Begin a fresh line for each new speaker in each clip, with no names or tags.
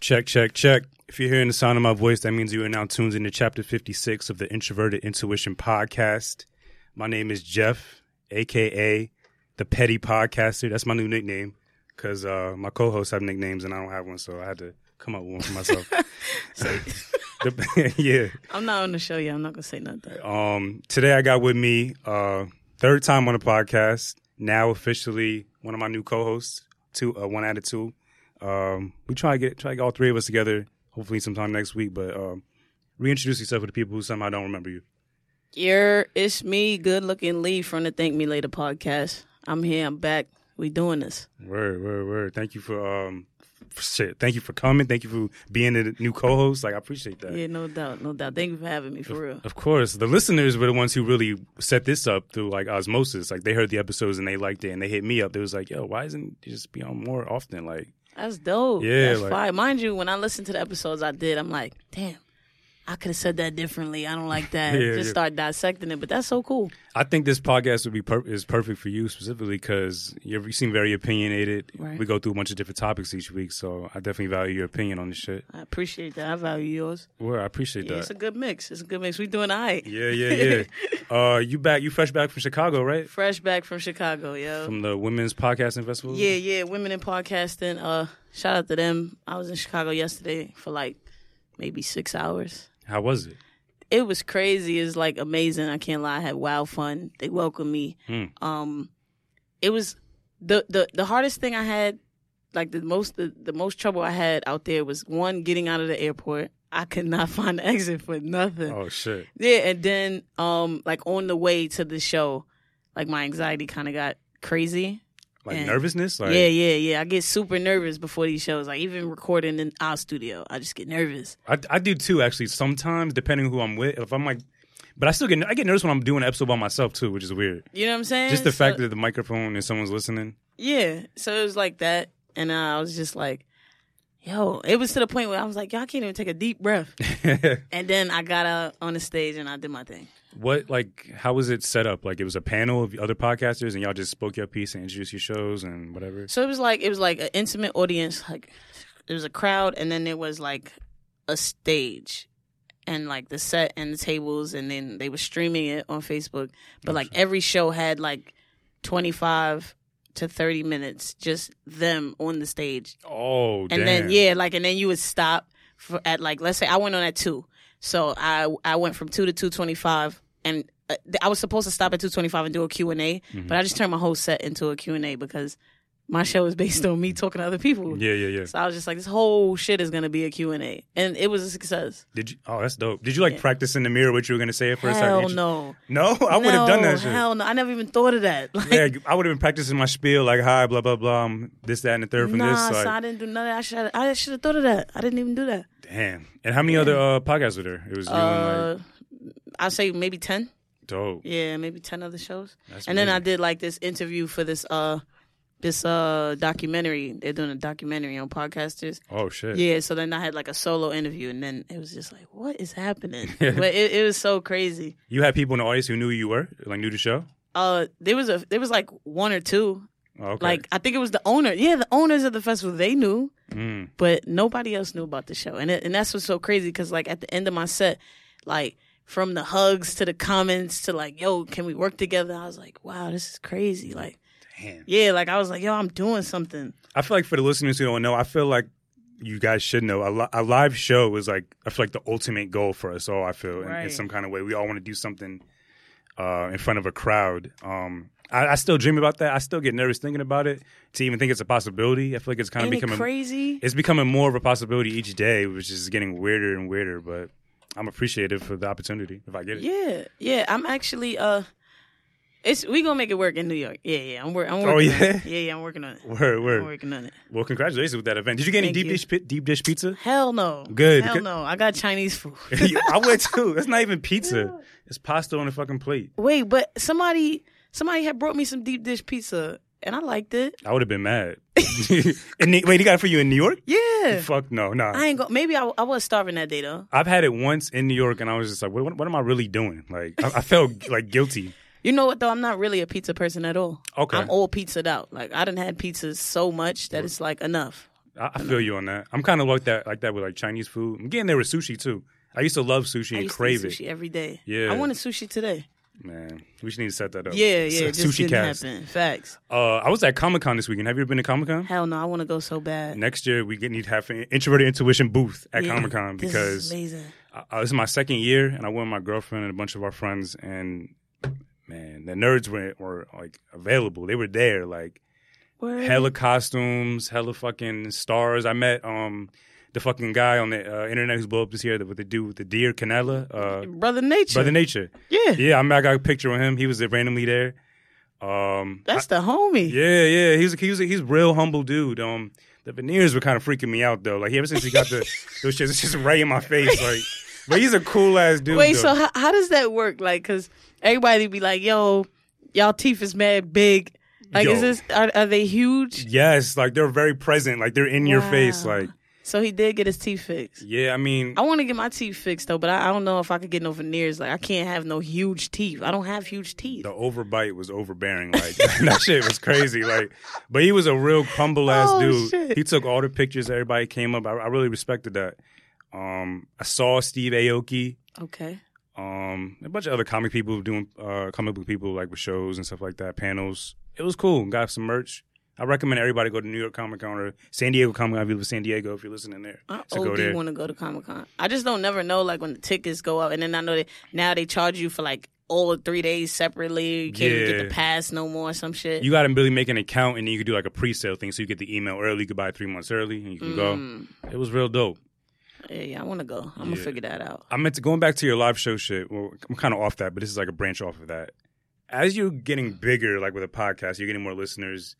Check, check, check. If you're hearing the sound of my voice, that means you are now tuned into chapter 56 of the Introverted Intuition Podcast. My name is Jeff, aka the Petty Podcaster. That's my new nickname because uh, my co hosts have nicknames and I don't have one, so I had to come up with one for myself. The- yeah.
I'm not on the show yet. I'm not gonna say nothing.
Um, today I got with me uh, third time on the podcast. Now officially one of my new co-hosts, two uh, one out of two. Um, we try to get try to get all three of us together. Hopefully sometime next week. But um, reintroduce yourself to the people who somehow don't remember you.
You're it's me, good looking Lee from the Thank Me Later podcast. I'm here. I'm back. We doing this.
Word, word, word. Thank you for um, for shit. Thank you for coming. Thank you for being the new co-host. Like I appreciate that.
Yeah, no doubt, no doubt. Thank you for having me for real.
Of course, the listeners were the ones who really set this up through like osmosis. Like they heard the episodes and they liked it, and they hit me up. They was like, "Yo, why isn't you just be on more often?" Like,
That's dope.
Yeah,
That's
like-
fine. Mind you, when I listened to the episodes I did, I'm like, damn. I could have said that differently. I don't like that.
Yeah,
Just
yeah.
start dissecting it, but that's so cool.
I think this podcast would be per- is perfect for you specifically because you you seem very opinionated.
Right.
We go through a bunch of different topics each week, so I definitely value your opinion on this shit.
I appreciate that. I value yours.
Well, I appreciate
Yeah, it's
that.
a good mix. It's a good mix. We doing all right.
yeah, yeah, yeah. uh, you back? You fresh back from Chicago, right?
Fresh back from Chicago, yo.
From the Women's Podcasting Festival.
Yeah, yeah, women in podcasting. Uh, shout out to them. I was in Chicago yesterday for like maybe six hours.
How was it?
It was crazy. It's like amazing. I can't lie. I had wild fun. They welcomed me. Um, it was the the the hardest thing I had, like the most the, the most trouble I had out there was one getting out of the airport. I could not find the exit for nothing.
Oh shit.
Yeah, and then um like on the way to the show, like my anxiety kind of got crazy
Like
And-
nervousness. Like,
yeah, yeah, yeah. I get super nervous before these shows. Like even recording in our studio, I just get nervous.
I, I do too, actually. Sometimes, depending who I'm with, if I'm like, but I still get I get nervous when I'm doing an episode by myself too, which is weird.
You know what I'm saying?
Just the
So-
fact that the microphone and someone's listening.
Yeah. So it was like that, and uh, I was just like, "Yo!" It was to the point where I was like, "Y'all can't even take a deep breath." and then I got out on the stage and I did my thing.
What like how was it set up? Like it was a panel of other podcasters, and y'all just spoke your piece and introduced your shows and whatever.
So it was like it was like an intimate audience. Like it was a crowd, and then there was like a stage. And like the set and the tables, and then they were streaming it on Facebook. But like every show had like 25 to 30 minutes just them on the stage
Oh,
and then yeah like and then you would stop for, at like let's say i went on at 2 so i i went from 2 to 225 and uh, th- i was supposed to stop at 225 and do a q&a
Mm-hmm.
but i just turned my whole set into a q&a because my show is based on me talking to other people
yeah, yeah, yeah.
so i was just like this whole shit is gonna be a q&a and it was a success
Did you? Oh, that's dope. Did you like practice in the mirror what you were gonna say at first?
hell
Did you-
no
no, I would have done
No,
that shit.
hell no i never even thought of that like
yeah, I would have been practicing my spiel like hi, blah blah blah, um, this that and the third from
nah,
this. Like,
so I didn't do none of that. I should I should have thought of that. I didn't even do that.
damn. And how many other uh, podcasts were there? It was you and like
Uh, I'll say maybe ten.
dope.
Yeah, maybe ten other shows.
That's
and then I
amazing.
did like this interview for this uh this uh documentary. They're doing a documentary on podcasters.
Oh shit.
Yeah, so then I had like a solo interview, and then it was just like, what is happening? but it, it was so crazy.
You had people in the audience who knew who you were, like knew the show.
Uh, there was a there was like one or two.
Oh, okay.
Like I think it was the owner. Yeah, the owners of the festival they knew.
Mm.
but nobody else knew about the show and it, and that's what's so crazy because like at the end of my set like from the hugs to the comments to like yo can we work together i was like wow this is crazy like
Damn.
yeah like i was like yo i'm doing something
I feel like for the listeners who don't know, I feel like you guys should know a, li- a live show is like I feel like the ultimate goal for us all. I feel in, in
Right.
some kind of way, we all want to do something uh, in front of a crowd. Um, I, I still dream about that. I still get nervous thinking about it. To even think it's a possibility, I feel like it's kind of
ain't it
becoming
crazy
it's becoming more of a possibility each day, which is getting weirder and weirder. But I'm appreciative for the opportunity if I get it.
yeah yeah i'm actually uh it's we gonna make it work in new york yeah yeah i'm, wor- I'm working
Oh,
on it.
yeah?
yeah yeah i'm working on it
Word,
i'm
word.
working on it
Well, congratulations with that event. Did you get any
Thank
deep
you.
dish pi- deep dish pizza?
hell no
Good.
hell no i got chinese food
I went too. That's not even pizza. It's pasta on a fucking plate.
wait but somebody somebody had brought me some deep dish pizza and i liked it
I would have been mad. and they- wait, he got it for you in New York?
yeah
Fuck no, nah.
I ain't go. Maybe I, I was starving that day though.
I've had it once in New York, and I was just like, what, what, what am I really doing? Like, I, I felt like guilty.
You know what though? I'm not really a pizza person at all.
Okay.
I'm all pizzaed out. Like I done had pizza so much that it's like enough.
I, I feel you on that. I'm kind of like that, like that with like Chinese food. I'm getting there with sushi too. I used to love sushi
I
and
used to
crave
eat sushi
it.
every day.
Yeah.
I wanted sushi today.
Man, we should need to set that up.
Yeah, yeah. It
S-
just
sushi
didn't
cast.
happen. Facts.
Uh, I was at Comic Con this weekend. Have you ever been to Comic Con?
Hell no, I want to go so bad.
Next year we get need to have an introverted intuition booth at
Yeah.
Comic Con
This is
because
amazing.
I, I- this is my second year, and I went with my girlfriend and a bunch of our friends, and man, the nerds were were like available. They were there, like
Word.
hella costumes, hella fucking stars. I met um the fucking guy on the uh, internet who's blew up this year with the dude with the deer Canela, uh,
Brother Nature.
Brother Nature.
yeah.
Yeah, I, mean, I got a picture of him. He was randomly there. Um,
That's the homie.
yeah, yeah. He's he's he's a real humble dude. Um, the veneers were kind of freaking me out though. Like ever since he got the those shits, it's just right in my face. Like, but he's a cool ass dude.
Wait,
though.
so how, how does that work? Like, cause everybody be like, "Yo, y'all teeth is mad big." Like,
Yo.
is this are, are they huge?
yes, like they're very present. Like they're in your face.
Wow.
Like,
So he did get his teeth fixed.
yeah. I mean,
I want to get my teeth fixed though, but I, I don't know if I could get no veneers. Like, I can't have no huge teeth. I don't have huge teeth.
the overbite was overbearing. Like that shit was crazy. Like, but he was a real humble ass
Oh,
dude.
shit.
He took all the pictures. Everybody came up. I, I really respected that. Um, I saw Steve Aoki.
Okay.
um, a bunch of other comic people doing uh, comic book people like with shows and stuff like that, panels. It was cool. Got some merch. I recommend everybody go to New York Comic Con or San Diego Comic Con. If you live in San Diego, if you're listening there,
I
So go
OD
there.
want to go to Comic Con. I just don't never know like when the tickets go up, and then I know that now they charge you for like all three days separately. You can't even get
Yeah.
the pass no more. or Some shit.
you got to really make an account, and then you can do like a pre-sale thing, so you get the email early, you can buy it three months early, and you can
Mm.
go. It was real dope.
Yeah, yeah, I want to go. I'm gonna
Yeah.
figure that out.
I meant to going back to your live show shit. Well, I'm kind of off that, but this is like a branch off of that. As you're getting bigger, like with a podcast, you're getting more listeners.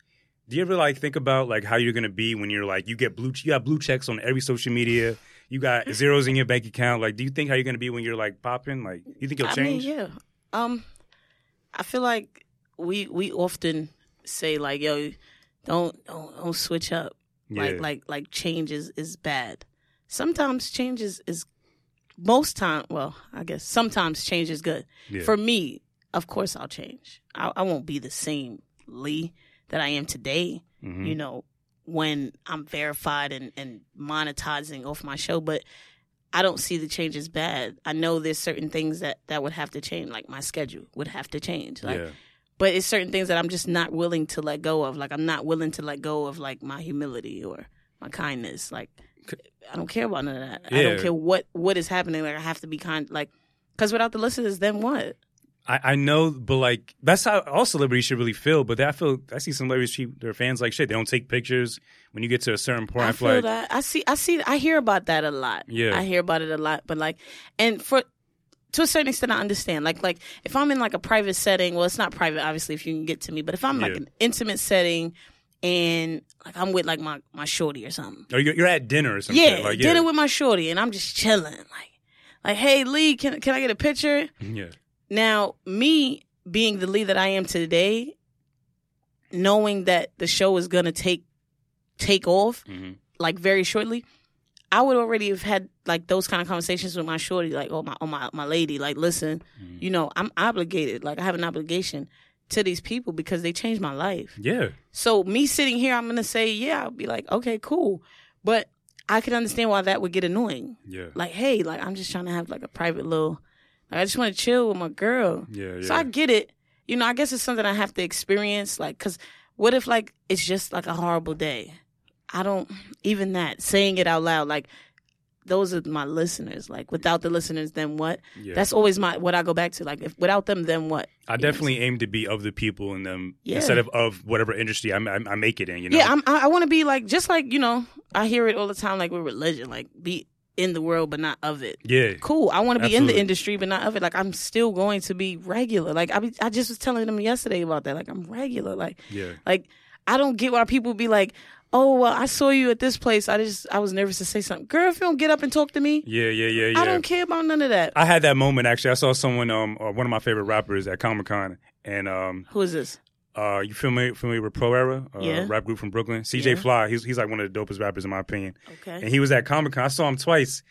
Do you ever like think about like how you're gonna be when you're like you get blue you got blue checks on every social media, you got zeros in your bank account. Like, do you think how you're gonna be when you're like popping? Like, you think you'll
I
change?
mean, yeah. Um, I feel like we we often say like, "Yo, don't don't, don't switch up." Like like like change is, is bad. Sometimes change is, is most time. Well, I guess sometimes change is good.
Yeah.
For me, of course, I'll change. I, I won't be the same Lee that I am today.
Mhm.
You know, when I'm verified and and monetizing off my show, but I don't see the change as bad. I know there's certain things that that would have to change, like my schedule would have to change. Like,
yeah,
but it's certain things that I'm just not willing to let go of. Like I'm not willing to let go of like my humility or my kindness. Like I don't care about none of that. I don't
Yeah.
care what what is happening. Like I have to be kind. Like because without the listeners, then what?
I, I know, but like that's how all celebrities should really feel. But I feel I see some celebrities treat their fans like shit. They don't take pictures when you get to a certain point.
I
I
feel
feel like
that. I see. I see. I hear about that a lot.
Yeah.
I hear about it a lot. But like, and for to a certain extent, I understand. Like, like if I'm in like a private setting, well, it's not private, obviously, if you can get to me. But if I'm like
Yeah.
an intimate setting, and like I'm with like my my shorty or something.
or oh, you're, you're at dinner or something.
yeah,
like,
dinner with my shorty, and I'm just chilling. Like, like, hey Lee, can can I get a picture?
yeah.
Now, me being the Lee that I am today, knowing that the show is gonna take take off
hmm
like very shortly, I would already have had like those kind of conversations with my shorty, like, oh my, oh my, my lady, like, listen,
Mhm.
you know, I'm obligated, like, I have an obligation to these people because they changed my life.
Yeah.
So me sitting here, I'm gonna say, yeah, I'll be like, okay, cool, but I can understand why that would get annoying.
Yeah.
Like, hey, like I'm just trying to have like a private little, like I just want to chill with my girl.
yeah. Yeah.
So I get it. You know, I guess it's something I have to experience. Like, cause what if like it's just like a horrible day? I don't even that saying it out loud. Like, those are my listeners. Like, without the listeners, then what?
yeah.
That's always my what I go back to. Like, if without them, then what?
I definitely aim to be of the people and them
Yeah.
instead of of whatever industry I, I, I make it in. You know.
Yeah, I'm, I, I want to be like just like you know. I hear it all the time, like with religion, like be in the world but not of it.
yeah.
cool. I want to be in the
Absolutely.
industry, but not of it. Like I'm still going to be regular. Like I, be, I just was telling them yesterday about that. Like I'm regular. Like,
Yeah.
like I don't get why people be like, oh well, I saw you at this place. I just I was nervous to say something. Girl, if you don't get up and talk to me,
Yeah. Yeah. Yeah. Yeah.
I don't care about none of that.
I had that moment actually. I saw someone, um, uh, one of my favorite rappers at Comic Con, and um,
Who is this?
Uh, you familiar familiar with Pro Era, uh,
Yeah.
rap group from Brooklyn? CJ
Yeah.
Fly, he's he's like one of the dopest rappers in my opinion. And
Okay.
he was at Comic Con. I saw him twice,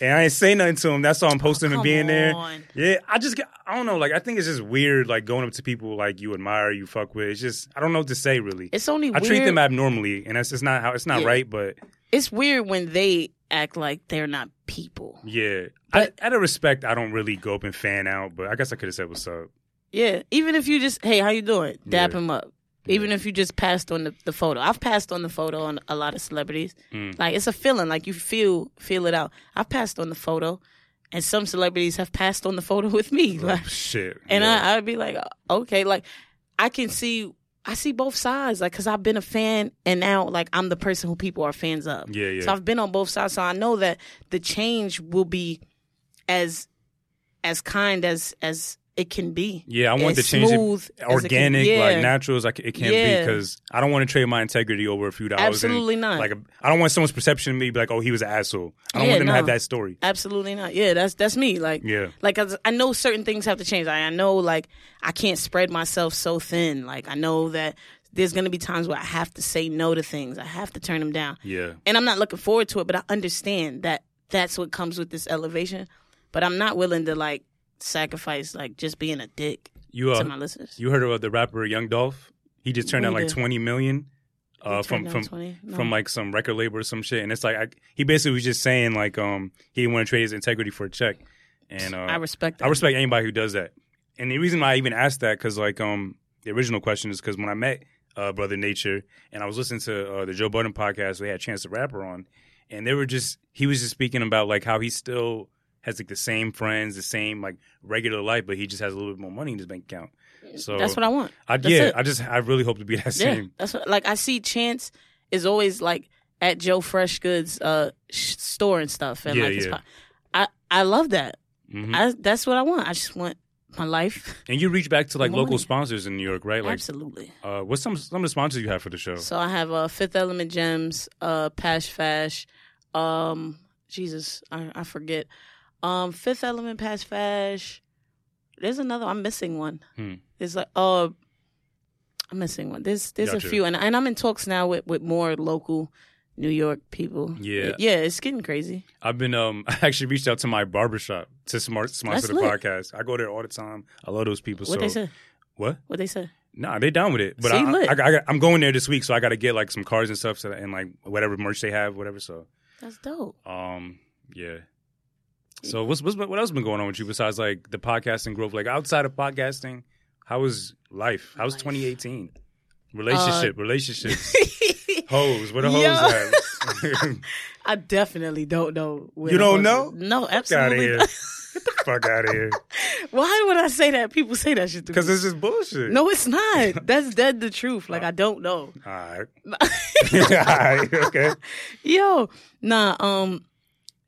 and I ain't say nothing to him. That's why I'm posting him
Oh, Come
and being there.
on.
Yeah, I just get- I don't know. Like I think it's just weird, like going up to people like you admire, you fuck with. It's just I don't know what to say really.
It's only
I
weird.
treat them abnormally, and that's just not how. It's not
Yeah.
right, but
it's weird when they act like they're not people.
yeah.
But-
I, out of respect, I don't really go up and fan out. But I guess I could have said what's up.
Yeah. Even if you just, hey, how you doing? Dap
Yeah.
him up. Even if you just passed on the, the photo. I've passed on the photo on a lot of celebrities.
Mm.
Like it's a feeling, like you feel feel it out. I've passed on the photo and some celebrities have passed on the photo with me. Like
Oh, shit.
And
yeah.
I, I'd be like, okay, like I can see, I see both sides, like because I've been a fan, and now like I'm the person who people are fans of.
Yeah, yeah.
So I've been on both sides, so I know that the change will be as as kind as as it can be.
Yeah, I want
As
to change
smooth
it
as
organic,
it can,
like
yeah.
natural as I c it can
Yeah.
be because I don't want to trade my integrity over a few dollars. and,
Absolutely not.
Like I don't want someone's perception of me be like, oh, he was an asshole. I don't
Yeah,
want them to have
no.
that story.
Absolutely not. Yeah, that's that's me. Like,
Yeah.
like 'cause I know certain things have to change. I, I know like I can't spread myself so thin. Like I know that there's gonna be times where I have to say no to things. I have to turn them down.
Yeah,
and I'm not looking forward to it, but I understand that that's what comes with this elevation. But I'm not willing to like sacrifice like just being a dick
you
to my
uh,
listeners.
you heard about the rapper Young Dolph? He just turned
What
out
he
like
did?
twenty million uh,
Turn
from
down
from
20? No.
from like some record label or some shit, and it's like I, he basically was just saying like um he didn't want to trade his integrity for a check, and uh,
I respect that.
I respect anybody who does that. And the reason why I even asked that because like um the original question is because when I met uh, Brother Nature and I was listening to uh, the Joe Budden podcast, they had Chance the Rapper on, and they were just he was just speaking about like how he still has like the same friends, the same like regular life, but he just has a little bit more money in his bank account. So
that's what I want.
I,
that's
yeah,
it.
I just I really hope to be that
Yeah,
same.
that's what like I see. Chance is always like at Joe Fresh Goods uh sh- store and stuff, and
Yeah,
like his
yeah.
po- I I love that.
Mhm.
I that's what I want. I just want my life.
And you reach back to like
More
local
money.
sponsors in New York, right? Like,
Absolutely.
uh, what's some some of the sponsors you have for the show?
So I have uh, Fifth Element Gems, uh, Pash Fash, um, Jesus, I, I forget. Um, Fifth Element, Pash Fash. There's another. I'm missing one.
Hmm.
There's like uh, I'm missing one. There's there's
Gotcha.
a few, and and I'm in talks now with with more local New York people.
Yeah.
yeah, it's getting crazy.
I've been um I actually reached out to my barbershop to smart sponsor
That's
the
lit.
podcast. I go there all the time. I love those people.
What
so
they said?
What?
What they said?
Nah, they down with it. But
See,
I,
lit.
I, I, am going there this week, so I got to get like some cards and stuff, so, and like whatever merch they have, whatever. So
That's dope.
um yeah. So what's, what's what else been going on with you besides like the podcasting growth? Like outside of podcasting, how was life? How was
Life. Uh,
2018? Relationship, relationships, hoes. What a hoes
Yo.
at?
I definitely don't know. where
You
the
don't
horses-
out
No,
of
absolutely.
here.
not.
Fuck out of here.
Why would I say that? People say that shit to me.
Because it's just bullshit.
No, it's not. That's dead the truth. Like I don't know.
All right. All right. Okay.
Yo, nah. Um,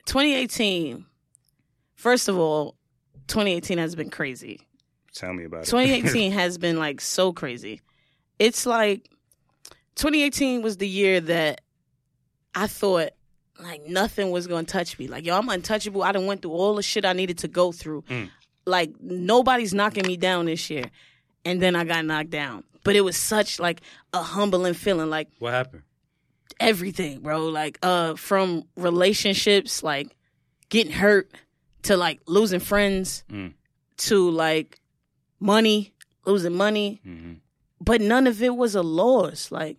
2018. First of all, 2018 has been crazy.
Tell me about it.
2018 has been like so crazy. It's like 2018 was the year that I thought like nothing was gonna touch me. Like yo, I'm untouchable. I done went through all the shit I needed to go through.
Mm.
Like nobody's knocking me down this year, and then I got knocked down. But it was such like a humbling feeling. Like
what happened?
everything, bro. Like uh from relationships, like getting hurt to like losing friends
Mm.
to like money, losing money.
Mm-hmm.
But none of it was a loss. Like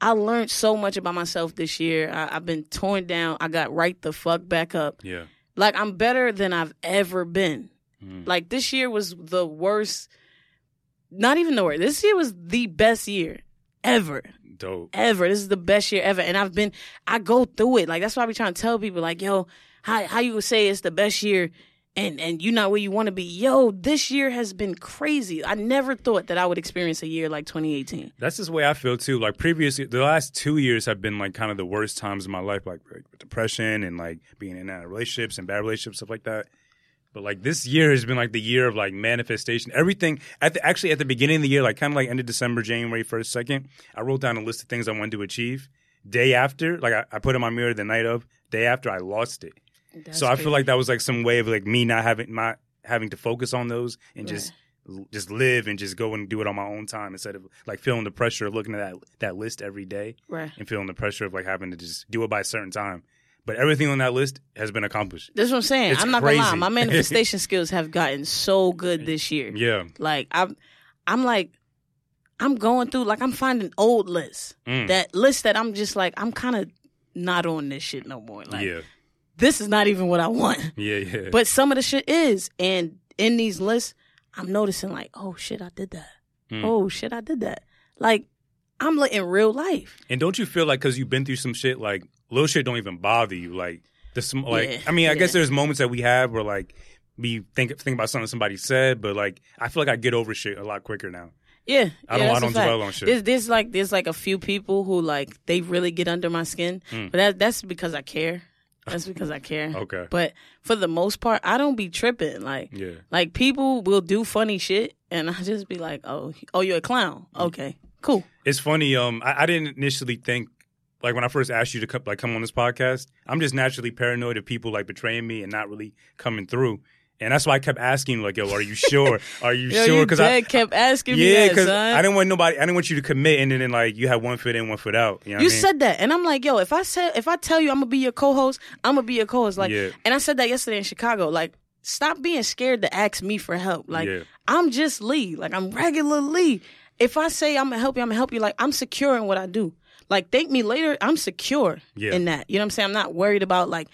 I learned so much about myself this year. I, I've been torn down. I got right the fuck back up.
Yeah.
Like I'm better than I've ever been.
Mm.
Like this year was the worst not even the worst. This year was the best year ever
Dope.
ever. This is the best year ever. And I've been, I go through it. Like, that's why I be trying to tell people, like, yo, how, how you would say it's the best year and, and you're not where you want to be. Yo, this year has been crazy. I never thought that I would experience a year like 2018.
That's just the way I feel too. Like previously, the last two years have been like kind of the worst times of my life, like, like with depression and like being in and out of relationships and bad relationships, stuff like that. But like this year has been like the year of like manifestation. Everything at the, actually at the beginning of the year, like kind of like end of December, January first, second, I wrote down a list of things I wanted to achieve. Day after, like I, I put in my mirror the night of. Day after, I lost it. so I feel like that was like some way of like me not having not having to focus on those and just l- just live and just go and do it on my own time instead of like feeling the pressure of looking at that that list every day
Right.
and feeling the pressure of like having to just do it by a certain time. But everything on that list has been accomplished.
That's what I'm saying.
It's
I'm not gonna lie.
crazy.
My manifestation skills have gotten so good this year.
Yeah.
Like I'm, I'm like, I'm going through like I'm finding old lists.
Mm.
That list that I'm just like I'm kind of not on this shit no more. Like
yeah.
this is not even what I want.
Yeah. Yeah.
But some of the shit is, and in these lists, I'm noticing like, oh shit, I did that.
Mm.
Oh shit, I did that. Like I'm li- in real life.
And don't you feel like because you've been through some shit, like little shit don't even bother you? Like the sm- like
Yeah,
I mean, I
yeah.
guess there's moments that we have where like we think think about something somebody said, but like I feel like I get over shit a lot quicker now.
Yeah,
I
yeah,
don't I
that's a
don't
fact.
dwell on shit.
There's, there's like there's like a few people who like they really get under my skin,
Mm.
but that that's because I care. That's because I care.
okay.
But for the most part, I don't be tripping. Like
Yeah.
like people will do funny shit, and I just be like, oh oh you're a clown.
Hmm.
Okay, cool.
It's funny. Um, I, I didn't initially think like when I first asked you to come, like come on this podcast. I'm just naturally paranoid of people like betraying me and not really coming through, and that's why I kept asking like, "Yo, are you sure? Are you
Yo,
sure?"
your
I
dad kept asking
yeah,
me that, son.
I didn't want nobody. I didn't want you to commit, and then, then, like you had one foot in, one foot out. You, know what
You
I mean?
said that, and I'm like, yo, if I said if I tell you I'm gonna be your co-host, I'm gonna be your co-host. Like,
Yeah.
and I said that yesterday in Chicago. Like, stop being scared to ask me for help. Like,
Yeah.
I'm just Lee. Like, I'm regular Lee. If I say I'm gonna help you, I'm gonna help you. Like, I'm secure in what I do. Like, thank me later. I'm secure
Yeah.
in that. You know what I'm saying? I'm not worried about like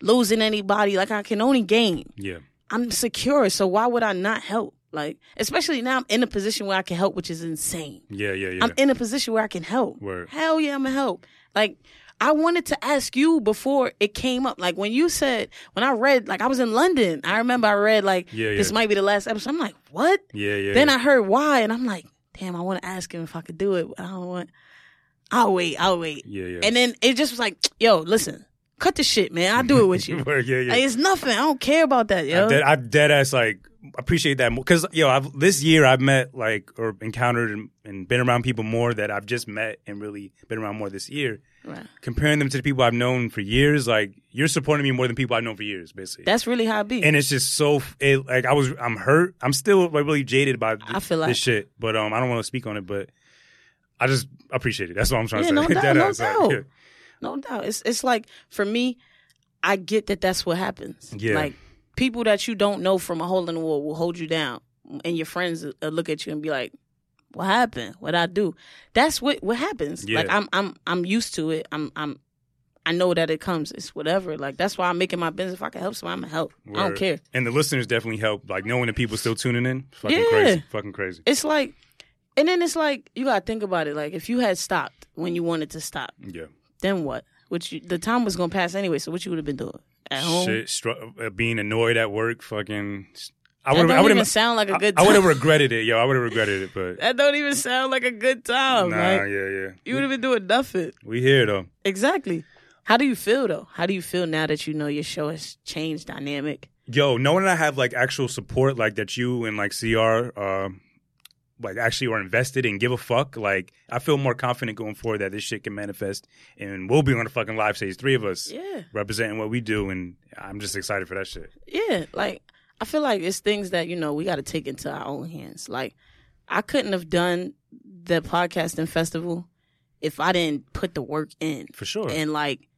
losing anybody. Like, I can only gain.
yeah.
I'm secure, so why would I not help? Like, especially now I'm in a position where I can help, which is insane.
Yeah, yeah, yeah.
I'm in a position where I can help.
Word.
Hell yeah, I'm gonna help. Like I wanted to ask you before it came up. Like when you said when I read, like I was in London. I remember I read like
Yeah, yeah.
this might be the last episode. I'm like, what?
yeah, yeah.
Then
yeah.
I heard why, and I'm like, damn, I want to ask him if I could do it. But I don't want. I'll wait. I'll wait.
yeah, yeah.
And then it just was like, yo, listen, cut the shit, man. I'll do it with you.
Word, yeah, yeah.
Like, it's nothing. I don't care about that, yo.
I dead, I dead ass like appreciate that because yo, I've this year I've met like or encountered and, and been around people more that I've just met and really been around more this year.
Right.
Comparing them to the people I've known for years, like you're supporting me more than people I've known for years, basically.
That's really how it be.
and it's just so f- it, like I was I'm hurt. I'm still like really jaded by th-
I feel
this
like-
shit, but um I don't want to speak on it, but I just appreciate it. That's what I'm trying
Yeah,
to say.
no doubt,
Dead
no
ass, like,
doubt.
yeah.
No doubt. It's it's like for me, I get that that's what happens.
Yeah.
Like people that you don't know from a hole in the wall will hold you down, and your friends will- will look at you and be like, "What happened? What I do?" That's what what happens.
Yeah.
Like I'm I'm I'm used to it. I'm I'm. I know that it comes. It's whatever. Like that's why I'm making my business. If I can help someone, I'm gonna help. I don't
Word.
care.
And the listeners definitely help. Like knowing that people still tuning in, fucking
Yeah.
crazy, fucking crazy.
It's like, and then it's like you gotta think about it. Like if you had stopped when you wanted to stop,
Yeah,
then what? Which you, the time was gonna pass anyway. So what you would have been doing at home?
shit, str- uh, being annoyed at work, fucking. I
That
would,
don't
I would
even
have,
sound like a
I,
good
I
time.
would have regretted it, yo. I would have regretted it, but
that don't even sound like a good time.
nah,
like,
yeah, yeah.
You would have been doing nothing.
we here though.
Exactly. How do you feel though? How do you feel now that you know your show has changed dynamic?
Yo, knowing that I have like actual support, like that you and like CR, uh, like actually are invested and give a fuck. Like I feel more confident going forward that this shit can manifest, and we'll be on a fucking live stage, three of us
Yeah.
representing what we do, and I'm just excited for that shit.
Yeah. Like I feel like it's things that, you know, we gotta take into our own hands. Like I couldn't have done the podcasting festival if I didn't put the work in.
For sure.
And like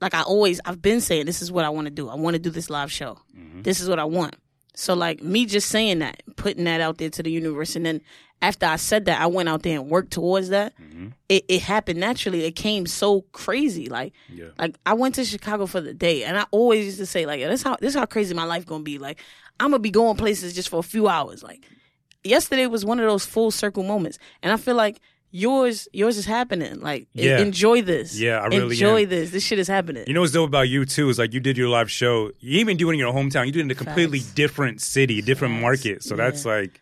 like I always I've been saying this is what I wanna do. I wanna do this live show.
Mhm.
this is what I want. So like me just saying that, putting that out there to the universe, and then after I said that, I went out there and worked towards that.
Mhm.
It, it happened naturally. It came so crazy. Like
Yeah.
like I went to Chicago for the day, and I always used to say like, "That's how this how crazy my life gonna be." Like I'm gonna be going places just for a few hours. Like yesterday was one of those full circle moments, and I feel like yours yours is happening. Like e-
Yeah.
enjoy this.
Yeah, I really
enjoy
am.
this. This shit is happening.
You know what's dope about you too is like you did your live show. You even do it in your hometown. You did it in a completely
Facts.
different city, a different
Facts.
market. So that's
Yeah.
like,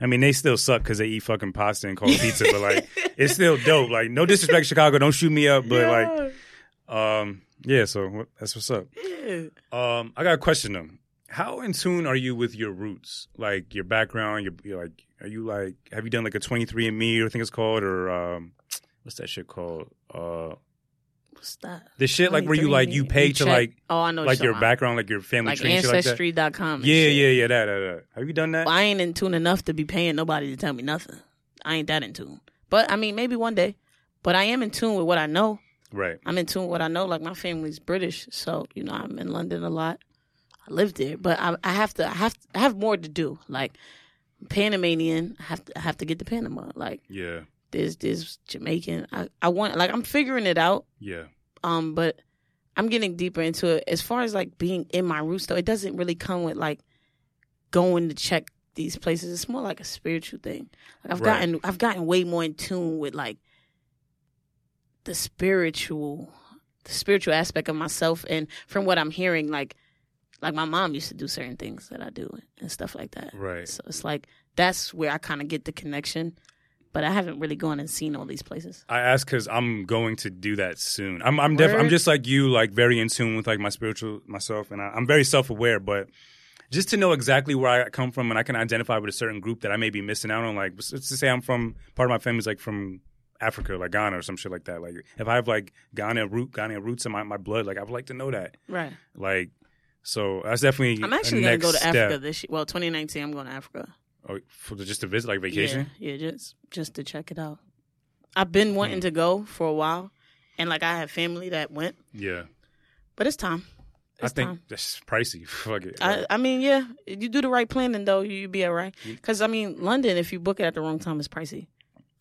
I mean, they still suck because they eat fucking pasta and cold pizza, but like it's still dope. Like no disrespect, Chicago, don't shoot me up, but like, um, yeah. So what- that's what's up.
Yeah.
Um, I got a question though. How in tune are you with your roots, like your background? Your, your like, are you like, have you done like a twenty three and Me or I think it's called, or um, what's that shit called? Uh,
What's that?
The shit like where you like you
23andMe.
pay to
check-
like
oh I know what
like
you're
your
talking about.
background, like your family
like
tree, and shit like that.
ancestry.com. and
Yeah,
shit.
yeah, yeah. That, that, that. Have you done that?
I ain't in tune enough to be paying nobody to tell me nothing. I ain't that in tune. But I mean, maybe one day. But I am in tune with what I know.
Right.
I'm in tune with what I know. Like my family's British, so you know I'm in London a lot. I live there, but I, I have to. I have. I have more to do. Like Panamanian, I have to. I have to get to Panama. Like
Yeah.
there's there's Jamaican. I I want like I'm figuring it out.
Yeah.
um but i'm getting deeper into it as far as like being in my roots though it doesn't really come with like going to check these places it's more like a spiritual thing like i've
Right.
gotten i've gotten way more in tune with like the spiritual the spiritual aspect of myself and from what i'm hearing like like my mom used to do certain things that i do and stuff like that
Right.
so it's like that's where i kind of get the connection but i haven't really gone and seen all these places
I ask because I'm going to do that soon. I'm I'm def- I'm
Word.
just like you, like very in tune with like my spiritual myself, and I, I'm very self aware. But just to know exactly where I come from, and I can identify with a certain group that I may be missing out on. Like let's let's just say I'm from part of my family's like from Africa, like Ghana or some shit like that. Like if I have like Ghana root Ghana roots in my, my blood, like I would like to know that.
right
Like so that's definitely.
I'm
a
actually gonna
next
go to
step.
Africa this year. Well, 2019, I'm going to Africa.
Oh, for just to visit, like vacation.
Yeah, yeah, just just to check it out. I've been wanting
Mm.
to go for a while, and like I have family that went,
Yeah,
but it's time.
I
It's
think
time.
that's pricey. Fuck it.
I, I mean, yeah, you do the right planning though, you, you be all right. Because I mean, London, if you book it at the wrong time, it's pricey.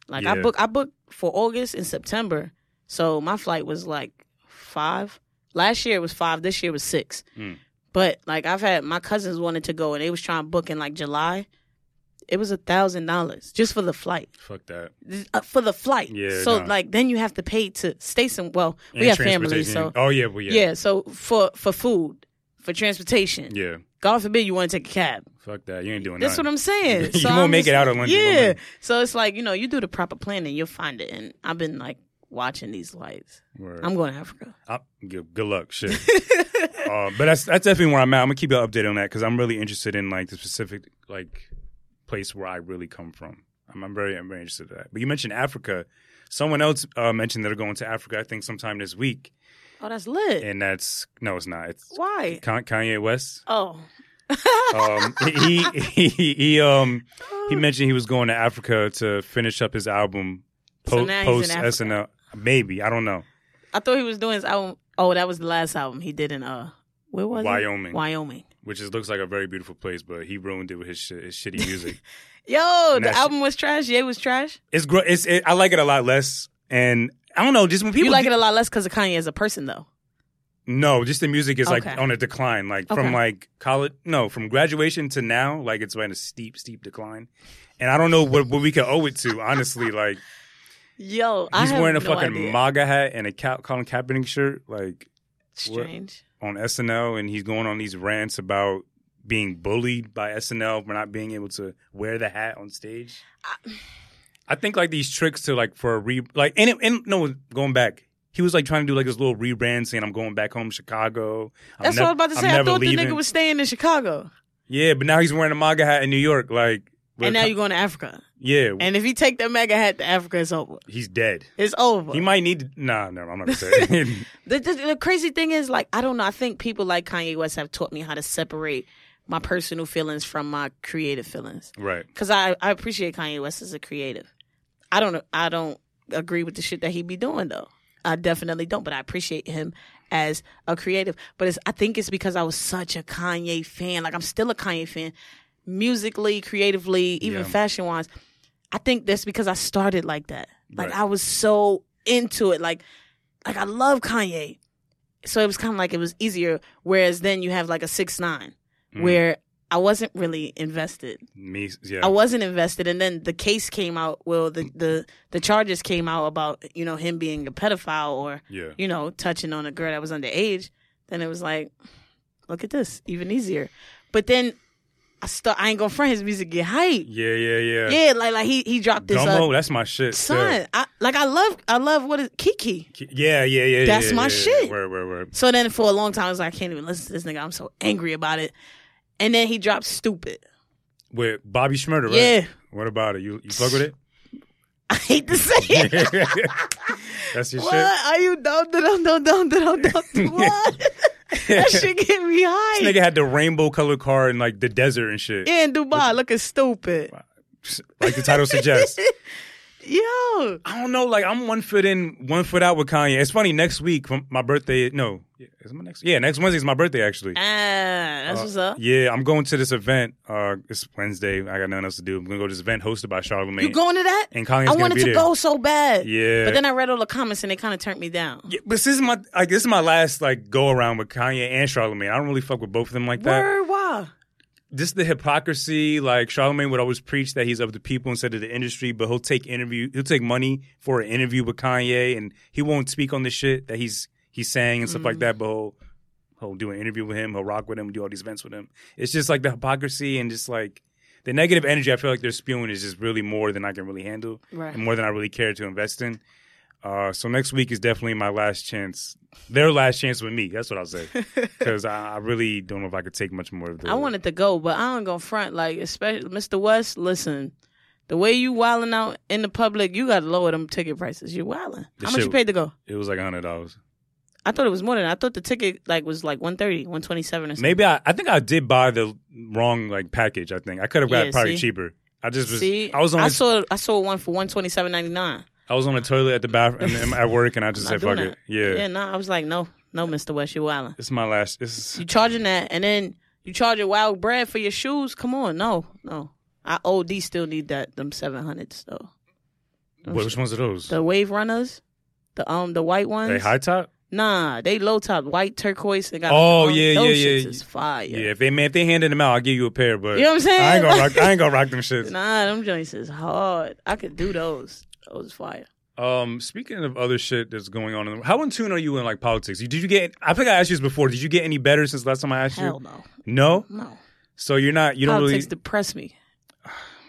Like I
Yeah.
book, I booked for August and September, so my flight was like five. Last year it was five. This year it was six.
Mm.
But like I've had my cousins wanted to go and they was trying to book in like July. It was a thousand dollars just for the flight,
Fuck that.
Uh, for the flight.
Yeah,
so
nah.
like then you have to pay to stay some. Well, we
And
have family,
transportation.
so
oh yeah, well,
yeah. So for for food, for transportation,
Yeah,
God forbid you want to take a cab.
fuck that. You ain't doing
That's what
nothing.
I'm saying.
You
So
won't
I'm
make
just
it out
like-
of London,
Yeah.
woman.
So it's like, you know, you do the proper planning, you'll find it. And I've been like watching these lights.
Word.
I'm going to Africa.
I- good, good luck, shit. uh, but that's that's definitely where I'm at. I'm gonna keep you updated on that because I'm really interested in like the specific like place where I really come from. I'm, I'm very I'm very interested in that. But you mentioned Africa. Someone else uh, mentioned they're going to Africa. I think sometime this week,
Oh, that's lit.
and that's no, it's not. It's
Why?
Kan- Kanye West.
Oh.
Um, he, he he he um he mentioned he was going to Africa to finish up his album
So
po-
now he's
post
in
SNL. Maybe I don't know.
I thought he was doing his album. Oh, that was the last album he did in, uh, where was
Wyoming.
it? Wyoming.
which is looks like a very beautiful place, but he ruined it with his, shit, his shitty music.
Yo,
Nah,
the
she-
album was trash. Ye was trash.
it's gr- it's it, I like it a lot less, and I don't know, just when people
You like
get-
it a lot less because of Kanye as a person, though.
no, just the music is like
Okay.
on a decline, like from
Okay.
like college, no, from graduation to now, like it's been a steep, steep decline, and I don't know what what we could owe it to, honestly. Like
Yo, I
he's
have
wearing a
no
fucking
idea.
MAGA hat and a Ka- Colin Kaepernick shirt, like
Strange.
on SNL, and he's going on these rants about being bullied by SNL for not being able to wear the hat on stage. I think like these tricks to like for a re like and, it, and no going back. He was like trying to do like this little rebrand saying I'm going back home to Chicago. I'm
That's
nev-
what I was about to
I'm
say. I
never
thought the
leaving."
nigga was staying in Chicago,
Yeah, but now he's wearing a MAGA hat in New York. Like, with-
and now you're going to Africa.
yeah,
And if you take that mega hat to Africa, it's over.
he's dead.
It's over.
He might need to, nah, no, I'm not gonna say. it.
the, the, the crazy thing is, like, I don't know. I think people like Kanye West have taught me how to separate my personal feelings from my creative feelings.
right,
Because I, I appreciate Kanye West as a creative. I don't I don't agree with the shit that he be doing though. I definitely don't, but I appreciate him as a creative. But it's, I think it's because I was such a Kanye fan. Like I'm still a Kanye fan, musically, creatively, even
Yeah.
fashion wise. I think that's because I started like that. Like
Right.
I was so into it. Like like I love Kanye. So it was kind of like it was easier. Whereas then you have like a six nine,
Mm.
where I wasn't really invested.
me, yeah,
I wasn't invested, and then the case came out. Well, the the the charges came out about you know him being a pedophile or
yeah,
you know touching on a girl that was underage. Then it was like, look at this, even easier. But then I start. I ain't gonna front his music get hype.
yeah, yeah, yeah.
Yeah, like like he he dropped this uh,
Gummo, that's my shit. still.
son. I, like I love I love what is Kiki.
Yeah, yeah, yeah.
That's
yeah,
my
yeah,
shit.
Yeah. Word, word, word.
So then for a long time I was like, I can't even listen to this nigga. I'm so angry about it. And then he dropped stupid.
With Bobby Schmurder, right?
Yeah.
What about it? You you fuck with it?
I hate to say it.
That's your
what are you dumb? Dumb? Dumb? Dumb? Dumb? Dumb? What? that
shit.
shit get me high.
This nigga had the rainbow colored car in like the desert and shit.
Yeah, in Dubai, looking stupid.
Like the title suggests.
Yo,
I don't know. Like I'm one foot in, one foot out with Kanye. It's funny. Next week, m- my birthday. No, yeah, is it my next? Yeah, next Wednesday is my birthday actually.
ah, that's what's up.
Uh, Yeah, I'm going to this event. Uh, it's Wednesday. I got nothing else to do. I'm gonna go to this event hosted by Charlamagne.
You going to that?
And Kanye's
I
gonna
wanted
be
to
there.
go so bad.
Yeah.
But then I read all the comments and they kind of turned me down.
Yeah, but this is my like this is my last like go around with Kanye and Charlamagne. I don't really fuck with both of them like that.
Word, why?
This is the hypocrisy. Like Charlamagne would always preach that he's of the people instead of the industry, but he'll take interview he'll take money for an interview with Kanye, and he won't speak on the shit that he's he's saying and stuff like that. But he'll he'll do an interview with him, he'll rock with him, do all these events with him. It's just like the hypocrisy and just like the negative energy. I feel like they're spewing is just really more than I can really handle
Right.
and more than I really care to invest in. Uh, so next week is definitely my last chance. Their last chance with me. That's what I'll say. Because I, I really don't know if I could take much more of the.
I wanted to go, but I don't go front. Like, especially Mr. West, listen, the way you wilding out in the public, you got to lower them ticket prices. You wilding.
The
How much
shit-
you paid to go?
It was like hundred dollars.
I thought it was more than I thought the ticket like was like 130, 127 or something.
Maybe I. I think I did buy the wrong like package. I think I could have got
Yeah,
it probably
see?
cheaper. I just was.
See,
I was on.
I
I,
saw I saw one for 127.99.
I was on the toilet at the bathroom and- at work, and I just said,
Not doing
"Fuck
that.
it, yeah."
Yeah, no, I was like, no, no, Mr. West, you wilding.
This is my last. This is
You charging that, and then you charge your wild bread for your shoes. Come on, no, no. I OD still need that them seven hundreds though. Them
Wait,
sh-
which ones are those?
the wave runners, the um the white ones.
They high top.
Nah, they low top white turquoise. They got
Oh,
like,
yeah,
those
yeah,
shits
yeah.
Is fire.
Yeah. if they man, if they handed them out, I'll give you a pair. But
You know what I'm saying?
I ain't gonna
Like-
rock. I ain't gonna rock them shits.
Nah, them joints is hard. I could do those. Those is fire.
Um, speaking of other shit that's going on, in the, how in tune are you in like politics? You- Did you get? I think I asked you this before. Did you get any better since last time I asked
Hell
you?
no,
No.
no.
So you're not. You don't
Politics
really.
depress me.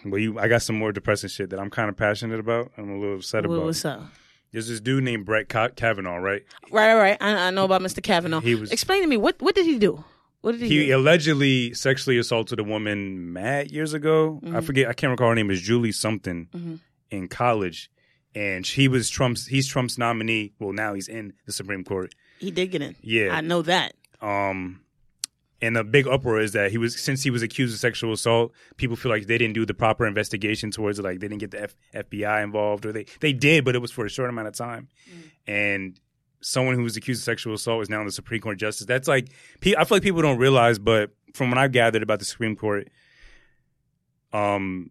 well, you. I got some more depressing shit that I'm kind of passionate about. I'm a little upset
What,
about.
what's up?
There's this dude named Brett Ka- Kavanaugh, right?
Right, right, right. I, I know about Mr. Kavanaugh.
He was-
Explain to me what what did he do? What did he,
He
do?
allegedly sexually assaulted a woman mad years ago.
Mm-hmm.
I forget. I can't recall her name. Is Julie something in college, and he was Trump's. He's Trump's nominee. Well, now he's in the Supreme Court.
He did get in.
Yeah.
I know that.
Um, and the big uproar is that he was since he was accused of sexual assault, people feel like they didn't do the proper investigation towards it, like they didn't get the F- FBI involved, or they they did, but it was for a short amount of time. And someone who was accused of sexual assault is now the Supreme Court justice. That's like pe- I feel like people don't realize, but from what I've gathered about the Supreme Court, um,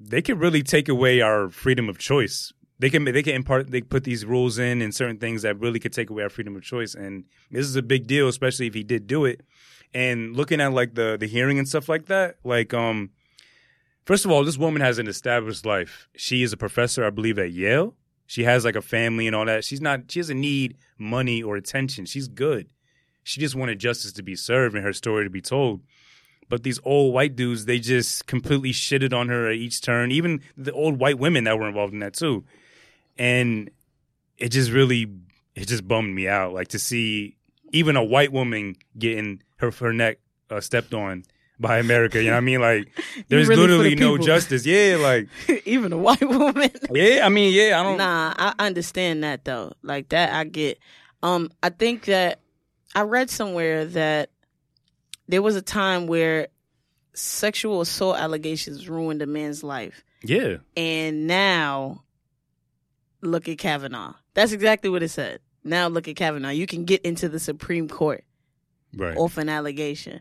they can really take away our freedom of choice. They can they can impart they put these rules in and certain things that really could take away our freedom of choice. And this is a big deal, especially if he did do it. And looking at like the the hearing and stuff like that, like um, first of all, this woman has an established life. She is a professor, I believe, at Yale. She has like a family and all that. She's not she doesn't need money or attention. She's good. She just wanted justice to be served and her story to be told but these old white dudes they just completely shitted on her at each turn even the old white women that were involved in that too and it just really it just bummed me out like to see even a white woman getting her her neck uh, stepped on by America, you know what I mean? Like, there's
really for the
literally no
people.
justice. Yeah, like,
Even a white woman.
yeah, I mean, yeah, I don't.
Nah, I understand that though. Like that I get. Um I think that I read somewhere that there was a time where sexual assault allegations ruined a man's life.
Yeah,
and now look at Kavanaugh. That's exactly what it said. Now look at Kavanaugh. You can get into the Supreme Court
right.
off an allegation.